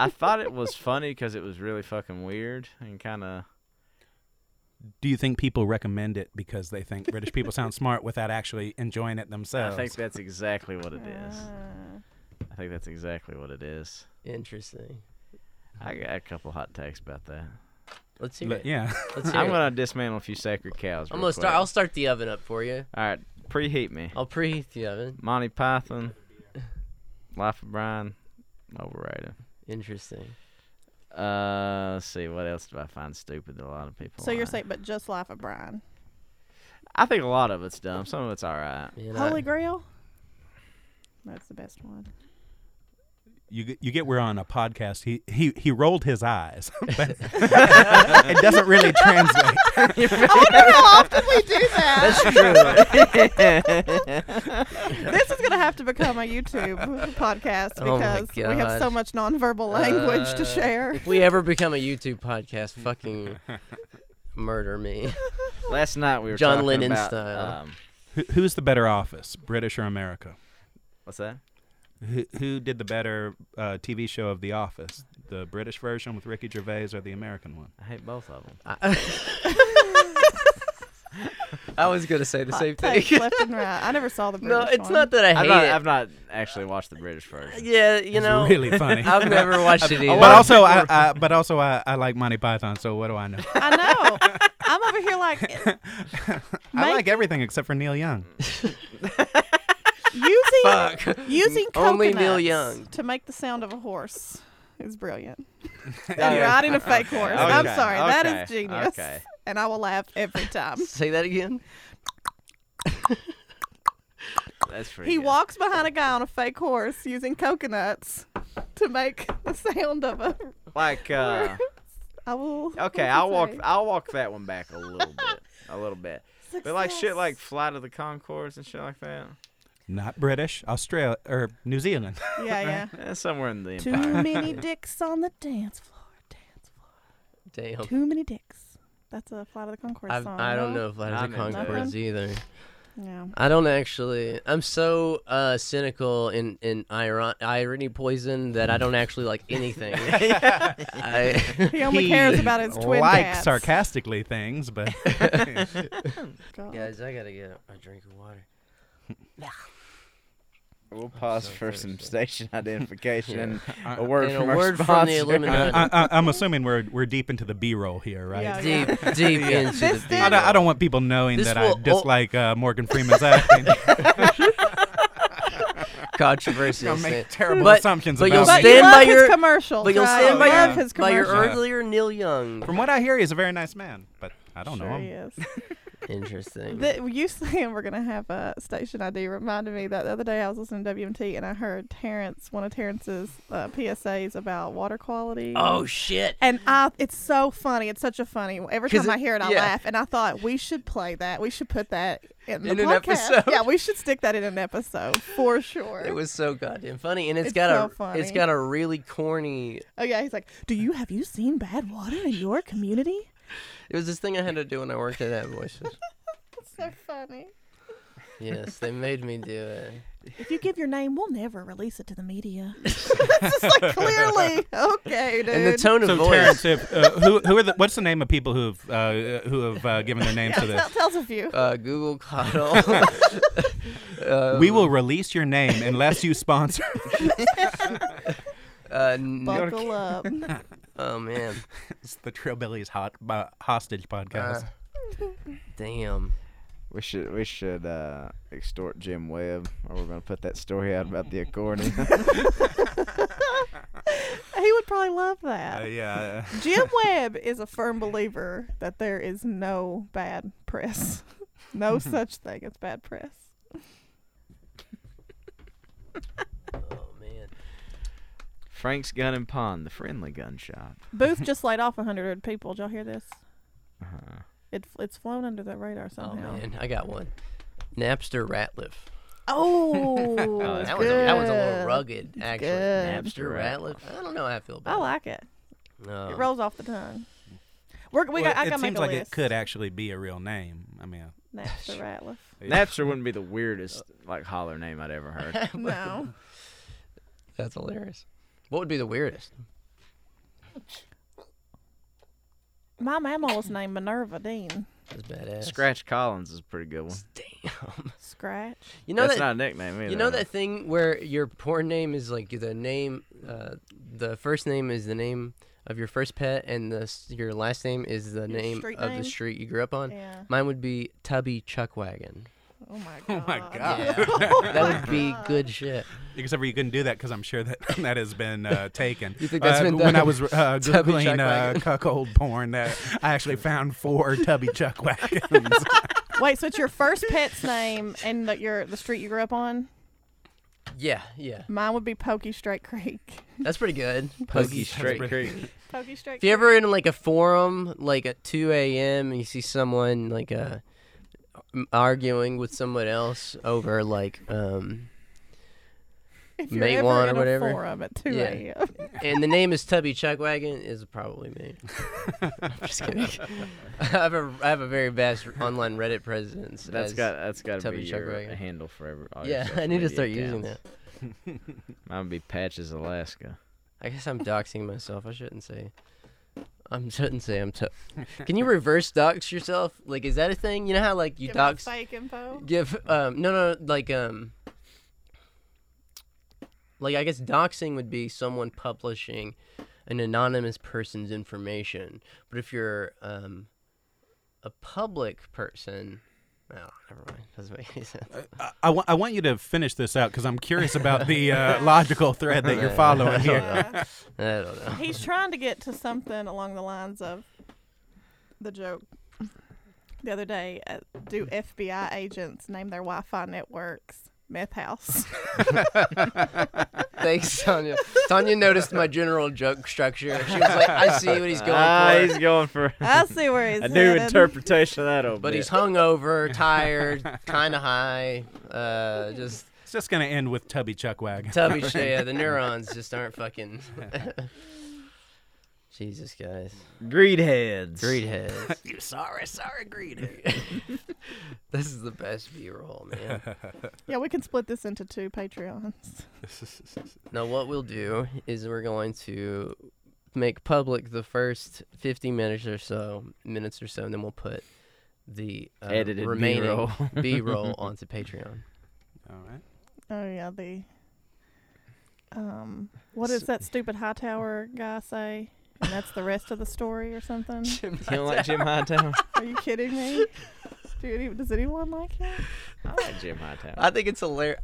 [SPEAKER 2] I thought it was funny because it was really fucking weird and kind of.
[SPEAKER 3] Do you think people recommend it because they think British people sound smart without actually enjoying it
[SPEAKER 2] I
[SPEAKER 3] themselves?
[SPEAKER 2] think that's exactly what it is.
[SPEAKER 4] Uh,
[SPEAKER 2] I think that's exactly what it is.
[SPEAKER 1] Interesting.
[SPEAKER 2] I got a couple hot takes about that.
[SPEAKER 1] Let's hear
[SPEAKER 3] But
[SPEAKER 1] it.
[SPEAKER 3] yeah.
[SPEAKER 1] Let's hear
[SPEAKER 2] I'm
[SPEAKER 1] it.
[SPEAKER 2] gonna dismantle a few sacred cows.
[SPEAKER 1] I'm
[SPEAKER 2] real
[SPEAKER 1] gonna start.
[SPEAKER 2] quick.
[SPEAKER 1] I'll start the oven up for you.
[SPEAKER 2] All right, preheat me.
[SPEAKER 1] I'll preheat the oven.
[SPEAKER 2] Monty Python, Life of Brian, overrated.
[SPEAKER 1] Interesting.
[SPEAKER 2] Uh, let's see what else do I find stupid that a lot of people.
[SPEAKER 4] so you're
[SPEAKER 2] like?
[SPEAKER 4] saying, but just Life of Brian,
[SPEAKER 2] I think a lot of it's dumb. Some of it's all right.
[SPEAKER 1] Man,
[SPEAKER 4] Holy
[SPEAKER 1] I,
[SPEAKER 4] Grail. That's the best one.
[SPEAKER 3] you get- you get we're on a podcast. He he he rolled his eyes, but it doesn't really translate.
[SPEAKER 4] I wonder how often we do that.
[SPEAKER 1] That's true.
[SPEAKER 4] This is gonna have to become a YouTube podcast
[SPEAKER 1] Oh my
[SPEAKER 4] because we have so
[SPEAKER 1] gosh.
[SPEAKER 4] much nonverbal language
[SPEAKER 1] Uh,
[SPEAKER 4] to share.
[SPEAKER 1] if we ever become a YouTube podcast, fucking murder me.
[SPEAKER 2] Last night we were
[SPEAKER 1] John
[SPEAKER 2] talking
[SPEAKER 1] Lennon
[SPEAKER 2] about,
[SPEAKER 1] style.
[SPEAKER 2] Um,
[SPEAKER 3] Who, who's the better office, British or America?
[SPEAKER 2] what's that?
[SPEAKER 3] Who, who did the better uh, TV show of The Office, the British version with Ricky Gervais or the American one?
[SPEAKER 2] I hate both of them.
[SPEAKER 1] I, I was gonna say the
[SPEAKER 4] Hot
[SPEAKER 1] same
[SPEAKER 4] takes
[SPEAKER 1] thing.
[SPEAKER 4] left and right. I never saw the British
[SPEAKER 1] no, it's
[SPEAKER 4] one.
[SPEAKER 1] not that I hate
[SPEAKER 2] I've not,
[SPEAKER 1] it.
[SPEAKER 2] I've not actually watched the British version.
[SPEAKER 1] yeah, you
[SPEAKER 3] It's
[SPEAKER 1] know,
[SPEAKER 3] really funny.
[SPEAKER 1] I've never watched it either.
[SPEAKER 3] but also, I, I but also I, I like Monty Python. So what do I know?
[SPEAKER 4] I know. I'm over here like
[SPEAKER 3] I
[SPEAKER 4] Mike-
[SPEAKER 3] like everything except for Neil Young.
[SPEAKER 4] using
[SPEAKER 1] Fuck.
[SPEAKER 4] using
[SPEAKER 1] Only
[SPEAKER 4] coconuts
[SPEAKER 1] Neil Young.
[SPEAKER 4] to make the sound of a horse is brilliant. and
[SPEAKER 2] Okay.
[SPEAKER 4] riding a fake horse. I'm
[SPEAKER 2] Okay.
[SPEAKER 4] sorry, that
[SPEAKER 2] Okay.
[SPEAKER 4] is genius.
[SPEAKER 2] Okay.
[SPEAKER 4] And I will laugh every time.
[SPEAKER 1] Say that again.
[SPEAKER 2] That's pretty.
[SPEAKER 4] He
[SPEAKER 2] good.
[SPEAKER 4] walks behind a guy on a fake horse using coconuts to make the sound of a.
[SPEAKER 2] like uh,
[SPEAKER 4] I will.
[SPEAKER 2] okay. I'll walk. I'll walk that one back a little bit. A little bit. But like shit,
[SPEAKER 4] Success.
[SPEAKER 2] like Flight of the Concords and shit like that.
[SPEAKER 3] Not British, Australia or New Zealand.
[SPEAKER 4] Yeah, yeah.
[SPEAKER 2] Eh, somewhere in the
[SPEAKER 4] Too
[SPEAKER 2] empire.
[SPEAKER 4] many dicks on the dance floor. Dance floor.
[SPEAKER 1] Damn.
[SPEAKER 4] Too many dicks. That's a Flight of the Concord
[SPEAKER 1] I've,
[SPEAKER 4] song.
[SPEAKER 1] I don't
[SPEAKER 4] no?
[SPEAKER 1] know if I of
[SPEAKER 2] I'm
[SPEAKER 1] the
[SPEAKER 2] into it.
[SPEAKER 1] Concords either.
[SPEAKER 4] Yeah.
[SPEAKER 1] I don't actually. I'm so uh, cynical in in iron, irony poison that I don't actually like anything. I,
[SPEAKER 4] He only cares about his twin
[SPEAKER 3] Like
[SPEAKER 4] cats.
[SPEAKER 3] sarcastically things, but
[SPEAKER 4] God.
[SPEAKER 1] guys, I gotta get a drink of water.
[SPEAKER 2] We'll pause for some station identification and
[SPEAKER 3] Yeah.
[SPEAKER 2] a word
[SPEAKER 1] And a
[SPEAKER 2] from our
[SPEAKER 1] word from the
[SPEAKER 2] sponsor.
[SPEAKER 1] Illuminati.
[SPEAKER 3] Uh, I, I, I'm assuming we're we're deep into the B-roll here, right?
[SPEAKER 4] Yeah,
[SPEAKER 1] Deep, deep into
[SPEAKER 4] This
[SPEAKER 1] the.
[SPEAKER 4] did-
[SPEAKER 3] I don't, I don't want people knowing
[SPEAKER 1] This
[SPEAKER 3] that
[SPEAKER 1] will
[SPEAKER 3] I
[SPEAKER 1] al-
[SPEAKER 3] dislike uh, Morgan Freeman's acting.
[SPEAKER 1] controversial.
[SPEAKER 3] Don't make
[SPEAKER 1] stand-
[SPEAKER 3] terrible
[SPEAKER 1] But-
[SPEAKER 3] assumptions
[SPEAKER 1] but
[SPEAKER 3] about
[SPEAKER 1] you'll
[SPEAKER 3] me.
[SPEAKER 4] But
[SPEAKER 1] stand
[SPEAKER 4] you love
[SPEAKER 1] by
[SPEAKER 4] his
[SPEAKER 1] your-
[SPEAKER 4] commercials.
[SPEAKER 1] But you'll
[SPEAKER 4] right?
[SPEAKER 1] stand by
[SPEAKER 4] You love
[SPEAKER 1] your,
[SPEAKER 4] his
[SPEAKER 1] by your
[SPEAKER 4] commercials.
[SPEAKER 3] commercial.
[SPEAKER 1] earlier Neil Young.
[SPEAKER 3] From what I hear, he's a very nice man, but I don't know
[SPEAKER 4] Sure he
[SPEAKER 3] him.
[SPEAKER 4] is.
[SPEAKER 1] Interesting.
[SPEAKER 4] The, you saying we're gonna have a station ID reminded me that the other day I was listening to WMT and I heard Terrence one of Terrence's uh, PSAs about water quality.
[SPEAKER 1] oh shit!
[SPEAKER 4] And I, it's so funny. It's such a funny. Every
[SPEAKER 1] 'Cause
[SPEAKER 4] time I
[SPEAKER 1] it-
[SPEAKER 4] hear it, I
[SPEAKER 1] yeah.
[SPEAKER 4] laugh. And I thought we should play that. We should put that in the
[SPEAKER 1] In an
[SPEAKER 4] podcast.
[SPEAKER 1] episode.
[SPEAKER 4] Yeah, we should stick that in an episode for sure.
[SPEAKER 1] It was so goddamn funny, and
[SPEAKER 4] It's
[SPEAKER 1] it's got
[SPEAKER 4] so
[SPEAKER 1] a
[SPEAKER 4] funny.
[SPEAKER 1] it's got a really corny.
[SPEAKER 4] oh yeah, he's like, "Do you have you seen bad water in your community?"
[SPEAKER 1] It was this thing I had to do when I worked at Ad Voices.
[SPEAKER 4] It's so funny.
[SPEAKER 1] yes, they made me do it.
[SPEAKER 4] If you give your name, we'll never release it to the media. it's just like clearly, okay, dude.
[SPEAKER 1] And the tone of
[SPEAKER 3] So
[SPEAKER 1] voice.
[SPEAKER 3] Terrence, if, uh, who, who are the, what's the name of people who've uh, who have uh, given their names to
[SPEAKER 4] Tell,
[SPEAKER 3] this?
[SPEAKER 4] tell us a few.
[SPEAKER 1] uh, Google Um, Coddle.
[SPEAKER 3] We will release your name unless you sponsor.
[SPEAKER 1] uh, n-
[SPEAKER 4] Buckle up.
[SPEAKER 1] oh man,
[SPEAKER 3] it's the Trillbillies hot, uh, hostage podcast.
[SPEAKER 1] Uh, damn.
[SPEAKER 2] We should we should uh, extort Jim Webb, or we're gonna put that story out about the accordion.
[SPEAKER 4] he would probably love that.
[SPEAKER 3] Uh, yeah.
[SPEAKER 4] Jim Webb is a firm believer that there is no bad press, no such thing as bad press.
[SPEAKER 1] Oh man.
[SPEAKER 2] Frank's Gun and Pawn, the friendly gun shop.
[SPEAKER 4] Booth just laid off 100 people. Did y'all hear this?
[SPEAKER 2] Uh-huh.
[SPEAKER 4] It, it's flown under the radar
[SPEAKER 1] Oh
[SPEAKER 4] somehow.
[SPEAKER 1] man, I got one. Napster Ratliff.
[SPEAKER 4] Oh,
[SPEAKER 2] that's
[SPEAKER 1] that
[SPEAKER 4] good.
[SPEAKER 1] was a, that was a little rugged, actually.
[SPEAKER 4] good.
[SPEAKER 1] Napster Uh, Ratliff. I don't know how I feel
[SPEAKER 4] I
[SPEAKER 1] about
[SPEAKER 4] like it.
[SPEAKER 1] it. Um,
[SPEAKER 4] It rolls off the tongue. We're,
[SPEAKER 3] Well,
[SPEAKER 4] we got, I
[SPEAKER 3] it
[SPEAKER 4] can
[SPEAKER 3] seems
[SPEAKER 4] make a
[SPEAKER 3] like
[SPEAKER 4] list.
[SPEAKER 3] it could actually be a real name. I mean,
[SPEAKER 4] Napster Ratliff.
[SPEAKER 2] Napster wouldn't be the weirdest like holler name I'd ever heard.
[SPEAKER 4] No.
[SPEAKER 1] That's hilarious. What would be the weirdest?
[SPEAKER 4] My mama was named Minerva Dean.
[SPEAKER 1] That's badass.
[SPEAKER 2] Scratch Collins is a pretty good one.
[SPEAKER 1] Damn.
[SPEAKER 4] Scratch.
[SPEAKER 1] You know
[SPEAKER 2] That's
[SPEAKER 1] that.
[SPEAKER 2] not a nickname either.
[SPEAKER 1] you know that thing where your porn name is like the name, uh, the first name is the name of your first pet, and the s- your last name is the name
[SPEAKER 4] street
[SPEAKER 1] of
[SPEAKER 4] name?
[SPEAKER 1] the street you grew up on.
[SPEAKER 4] Yeah.
[SPEAKER 1] Mine would be Tubby Chuckwagon.
[SPEAKER 4] Oh my god.
[SPEAKER 3] Oh my God.
[SPEAKER 1] Yeah. that would be good shit.
[SPEAKER 3] Except for you couldn't do that because I'm sure that that has been uh, taken. You
[SPEAKER 1] think that's
[SPEAKER 3] uh,
[SPEAKER 1] been
[SPEAKER 3] When I
[SPEAKER 1] done?
[SPEAKER 3] was uh,
[SPEAKER 1] Tubby
[SPEAKER 3] googling uh,
[SPEAKER 1] chuckwagon.
[SPEAKER 3] cuckold porn, uh, I actually found four tubby chuck wagons.
[SPEAKER 4] Wait, so it's your first pet's name and the, your the street you grew up on?
[SPEAKER 1] Yeah, yeah.
[SPEAKER 4] Mine would be Pokey Straight Creek.
[SPEAKER 1] That's pretty good.
[SPEAKER 2] Pokey
[SPEAKER 3] That's
[SPEAKER 2] Straight
[SPEAKER 3] pretty-
[SPEAKER 2] Creek.
[SPEAKER 4] Pokey Straight
[SPEAKER 1] If you're ever in like a forum, like at 2 a.m., and you see someone like uh, m- arguing with someone else over like, um,
[SPEAKER 4] Creek. If
[SPEAKER 1] mate
[SPEAKER 4] ever
[SPEAKER 1] one or
[SPEAKER 4] in
[SPEAKER 1] whatever.
[SPEAKER 4] A forum at 2
[SPEAKER 1] Yeah.
[SPEAKER 4] a.m.
[SPEAKER 1] and the name is Tubby Chuckwagon, is probably me. I'm just kidding. I have a I have a very vast online Reddit presence.
[SPEAKER 2] That's
[SPEAKER 1] as-
[SPEAKER 2] got that's got to
[SPEAKER 1] Tubby
[SPEAKER 2] be
[SPEAKER 1] Chuck
[SPEAKER 2] your uh,
[SPEAKER 1] Wagon.
[SPEAKER 2] handle Oh, for every. all your
[SPEAKER 1] Yeah,
[SPEAKER 2] social
[SPEAKER 1] I need to
[SPEAKER 2] media
[SPEAKER 1] start using
[SPEAKER 2] accounts.
[SPEAKER 1] that.
[SPEAKER 2] Mine would be Patches Alaska.
[SPEAKER 1] I guess I'm doxing myself. I shouldn't say. I shouldn't say I'm. Tu- Can you reverse dox yourself? Like, is that a thing? You know how like you
[SPEAKER 4] Give out
[SPEAKER 1] dox
[SPEAKER 4] fake info.
[SPEAKER 1] give um no no like um like I guess doxing would be someone publishing an anonymous person's information, but if you're um a public person, no, never mind. Doesn't make any sense.
[SPEAKER 3] I, I, wa- I want you to finish this out because I'm curious about the uh, logical thread that you're following here.
[SPEAKER 4] Yeah.
[SPEAKER 1] I don't know.
[SPEAKER 4] He's trying to get to something along the lines of the joke the other day. Uh, do FBI agents name their Wi-Fi networks meth house?
[SPEAKER 1] Thanks, Tanya. Tanya noticed my general joke structure. She was like, "I see what he's going
[SPEAKER 2] ah,
[SPEAKER 1] for."
[SPEAKER 2] he's going for
[SPEAKER 4] I see where he's
[SPEAKER 2] a new
[SPEAKER 4] headed.
[SPEAKER 2] interpretation of that old
[SPEAKER 1] but
[SPEAKER 2] bit.
[SPEAKER 1] he's hungover, tired, kind of high. Uh, just
[SPEAKER 3] It's just going to end with Tubby Chuckwagon.
[SPEAKER 1] tubby shit. Yeah, the neurons just aren't fucking. Jesus, guys.
[SPEAKER 2] greed heads.
[SPEAKER 1] Greed heads. you sorry, sorry, greed This is the best B roll, man.
[SPEAKER 4] Yeah, we can split this into two Patreons.
[SPEAKER 1] Now, what we'll do is we're going to make public the first 50 minutes or so, minutes or so, and then we'll put the uh,
[SPEAKER 2] Edited
[SPEAKER 1] remaining
[SPEAKER 2] B-roll.
[SPEAKER 1] B roll onto Patreon.
[SPEAKER 3] All right.
[SPEAKER 4] Oh yeah, the um, what does that stupid Hightower guy say? And that's the rest of the story or something.
[SPEAKER 2] You don't like Jim Hightower?
[SPEAKER 4] Are you kidding me? Do any, does anyone like him?
[SPEAKER 2] I like Jim Hightower.
[SPEAKER 1] I think it's hilarious.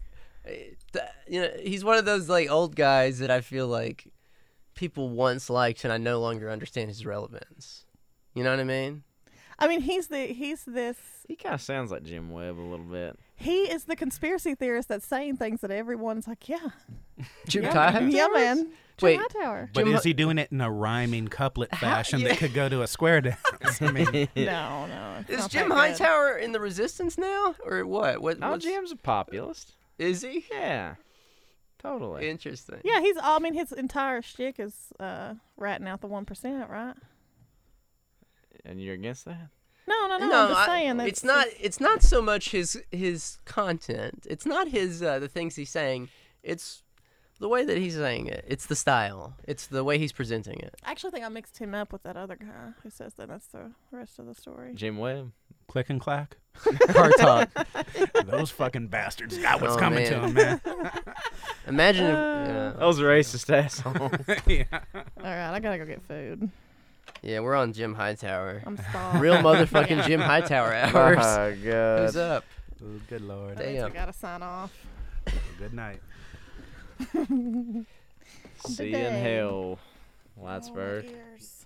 [SPEAKER 1] You know, he's one of those like old guys that I feel like people once liked, and I no longer understand his relevance. You know what I mean?
[SPEAKER 4] I mean, he's the he's this
[SPEAKER 2] he kind of sounds like Jim Webb a little bit.
[SPEAKER 4] He is the conspiracy theorist that's saying things that everyone's like, yeah,
[SPEAKER 1] Jim
[SPEAKER 4] yeah,
[SPEAKER 1] Tower.
[SPEAKER 4] yeah, man, Jim
[SPEAKER 1] Wait.
[SPEAKER 4] Hightower.
[SPEAKER 3] But
[SPEAKER 1] Jim-
[SPEAKER 3] is he doing it in a rhyming couplet fashion
[SPEAKER 1] yeah.
[SPEAKER 3] that could go to a square dance? I mean,
[SPEAKER 4] No, no, it's
[SPEAKER 1] Is
[SPEAKER 4] not
[SPEAKER 1] Jim
[SPEAKER 4] that good.
[SPEAKER 1] Hightower in the Resistance now, or what? What?
[SPEAKER 2] Oh,
[SPEAKER 1] what's-
[SPEAKER 2] Jim's a populist.
[SPEAKER 1] Is he?
[SPEAKER 2] Yeah, totally.
[SPEAKER 1] Interesting.
[SPEAKER 4] Yeah, he's. I mean, his entire shtick is uh, ratting out the one percent, right?
[SPEAKER 2] and you're against that?
[SPEAKER 4] No, no, no.
[SPEAKER 1] No,
[SPEAKER 4] I'm just
[SPEAKER 1] I-
[SPEAKER 4] saying that
[SPEAKER 1] it's not. It's not so much his his content. It's not his uh, the things he's saying. It's the way that he's saying it. It's the style. It's the way he's presenting it.
[SPEAKER 4] I actually think I mixed him up with that other guy who says that. That's the rest of the story.
[SPEAKER 2] Jim Webb.
[SPEAKER 3] click and clack.
[SPEAKER 1] Car talk.
[SPEAKER 3] Those fucking bastards got what's
[SPEAKER 1] Oh,
[SPEAKER 3] coming to
[SPEAKER 1] man.
[SPEAKER 3] them, man.
[SPEAKER 1] Imagine. if- yeah.
[SPEAKER 2] Those racist assholes.
[SPEAKER 4] All right, I gotta go get food.
[SPEAKER 1] yeah, we're on Jim Hightower.
[SPEAKER 4] I'm starved.
[SPEAKER 1] Real motherfucking Jim Hightower hours.
[SPEAKER 2] oh
[SPEAKER 1] Who's
[SPEAKER 2] god.
[SPEAKER 1] up?
[SPEAKER 3] Oh, good lord.
[SPEAKER 4] That means I
[SPEAKER 1] Damn.
[SPEAKER 4] gotta sign off.
[SPEAKER 3] Good night.
[SPEAKER 2] See you in
[SPEAKER 4] Today.
[SPEAKER 2] hell, Whitesburg.
[SPEAKER 4] Oh, my ears.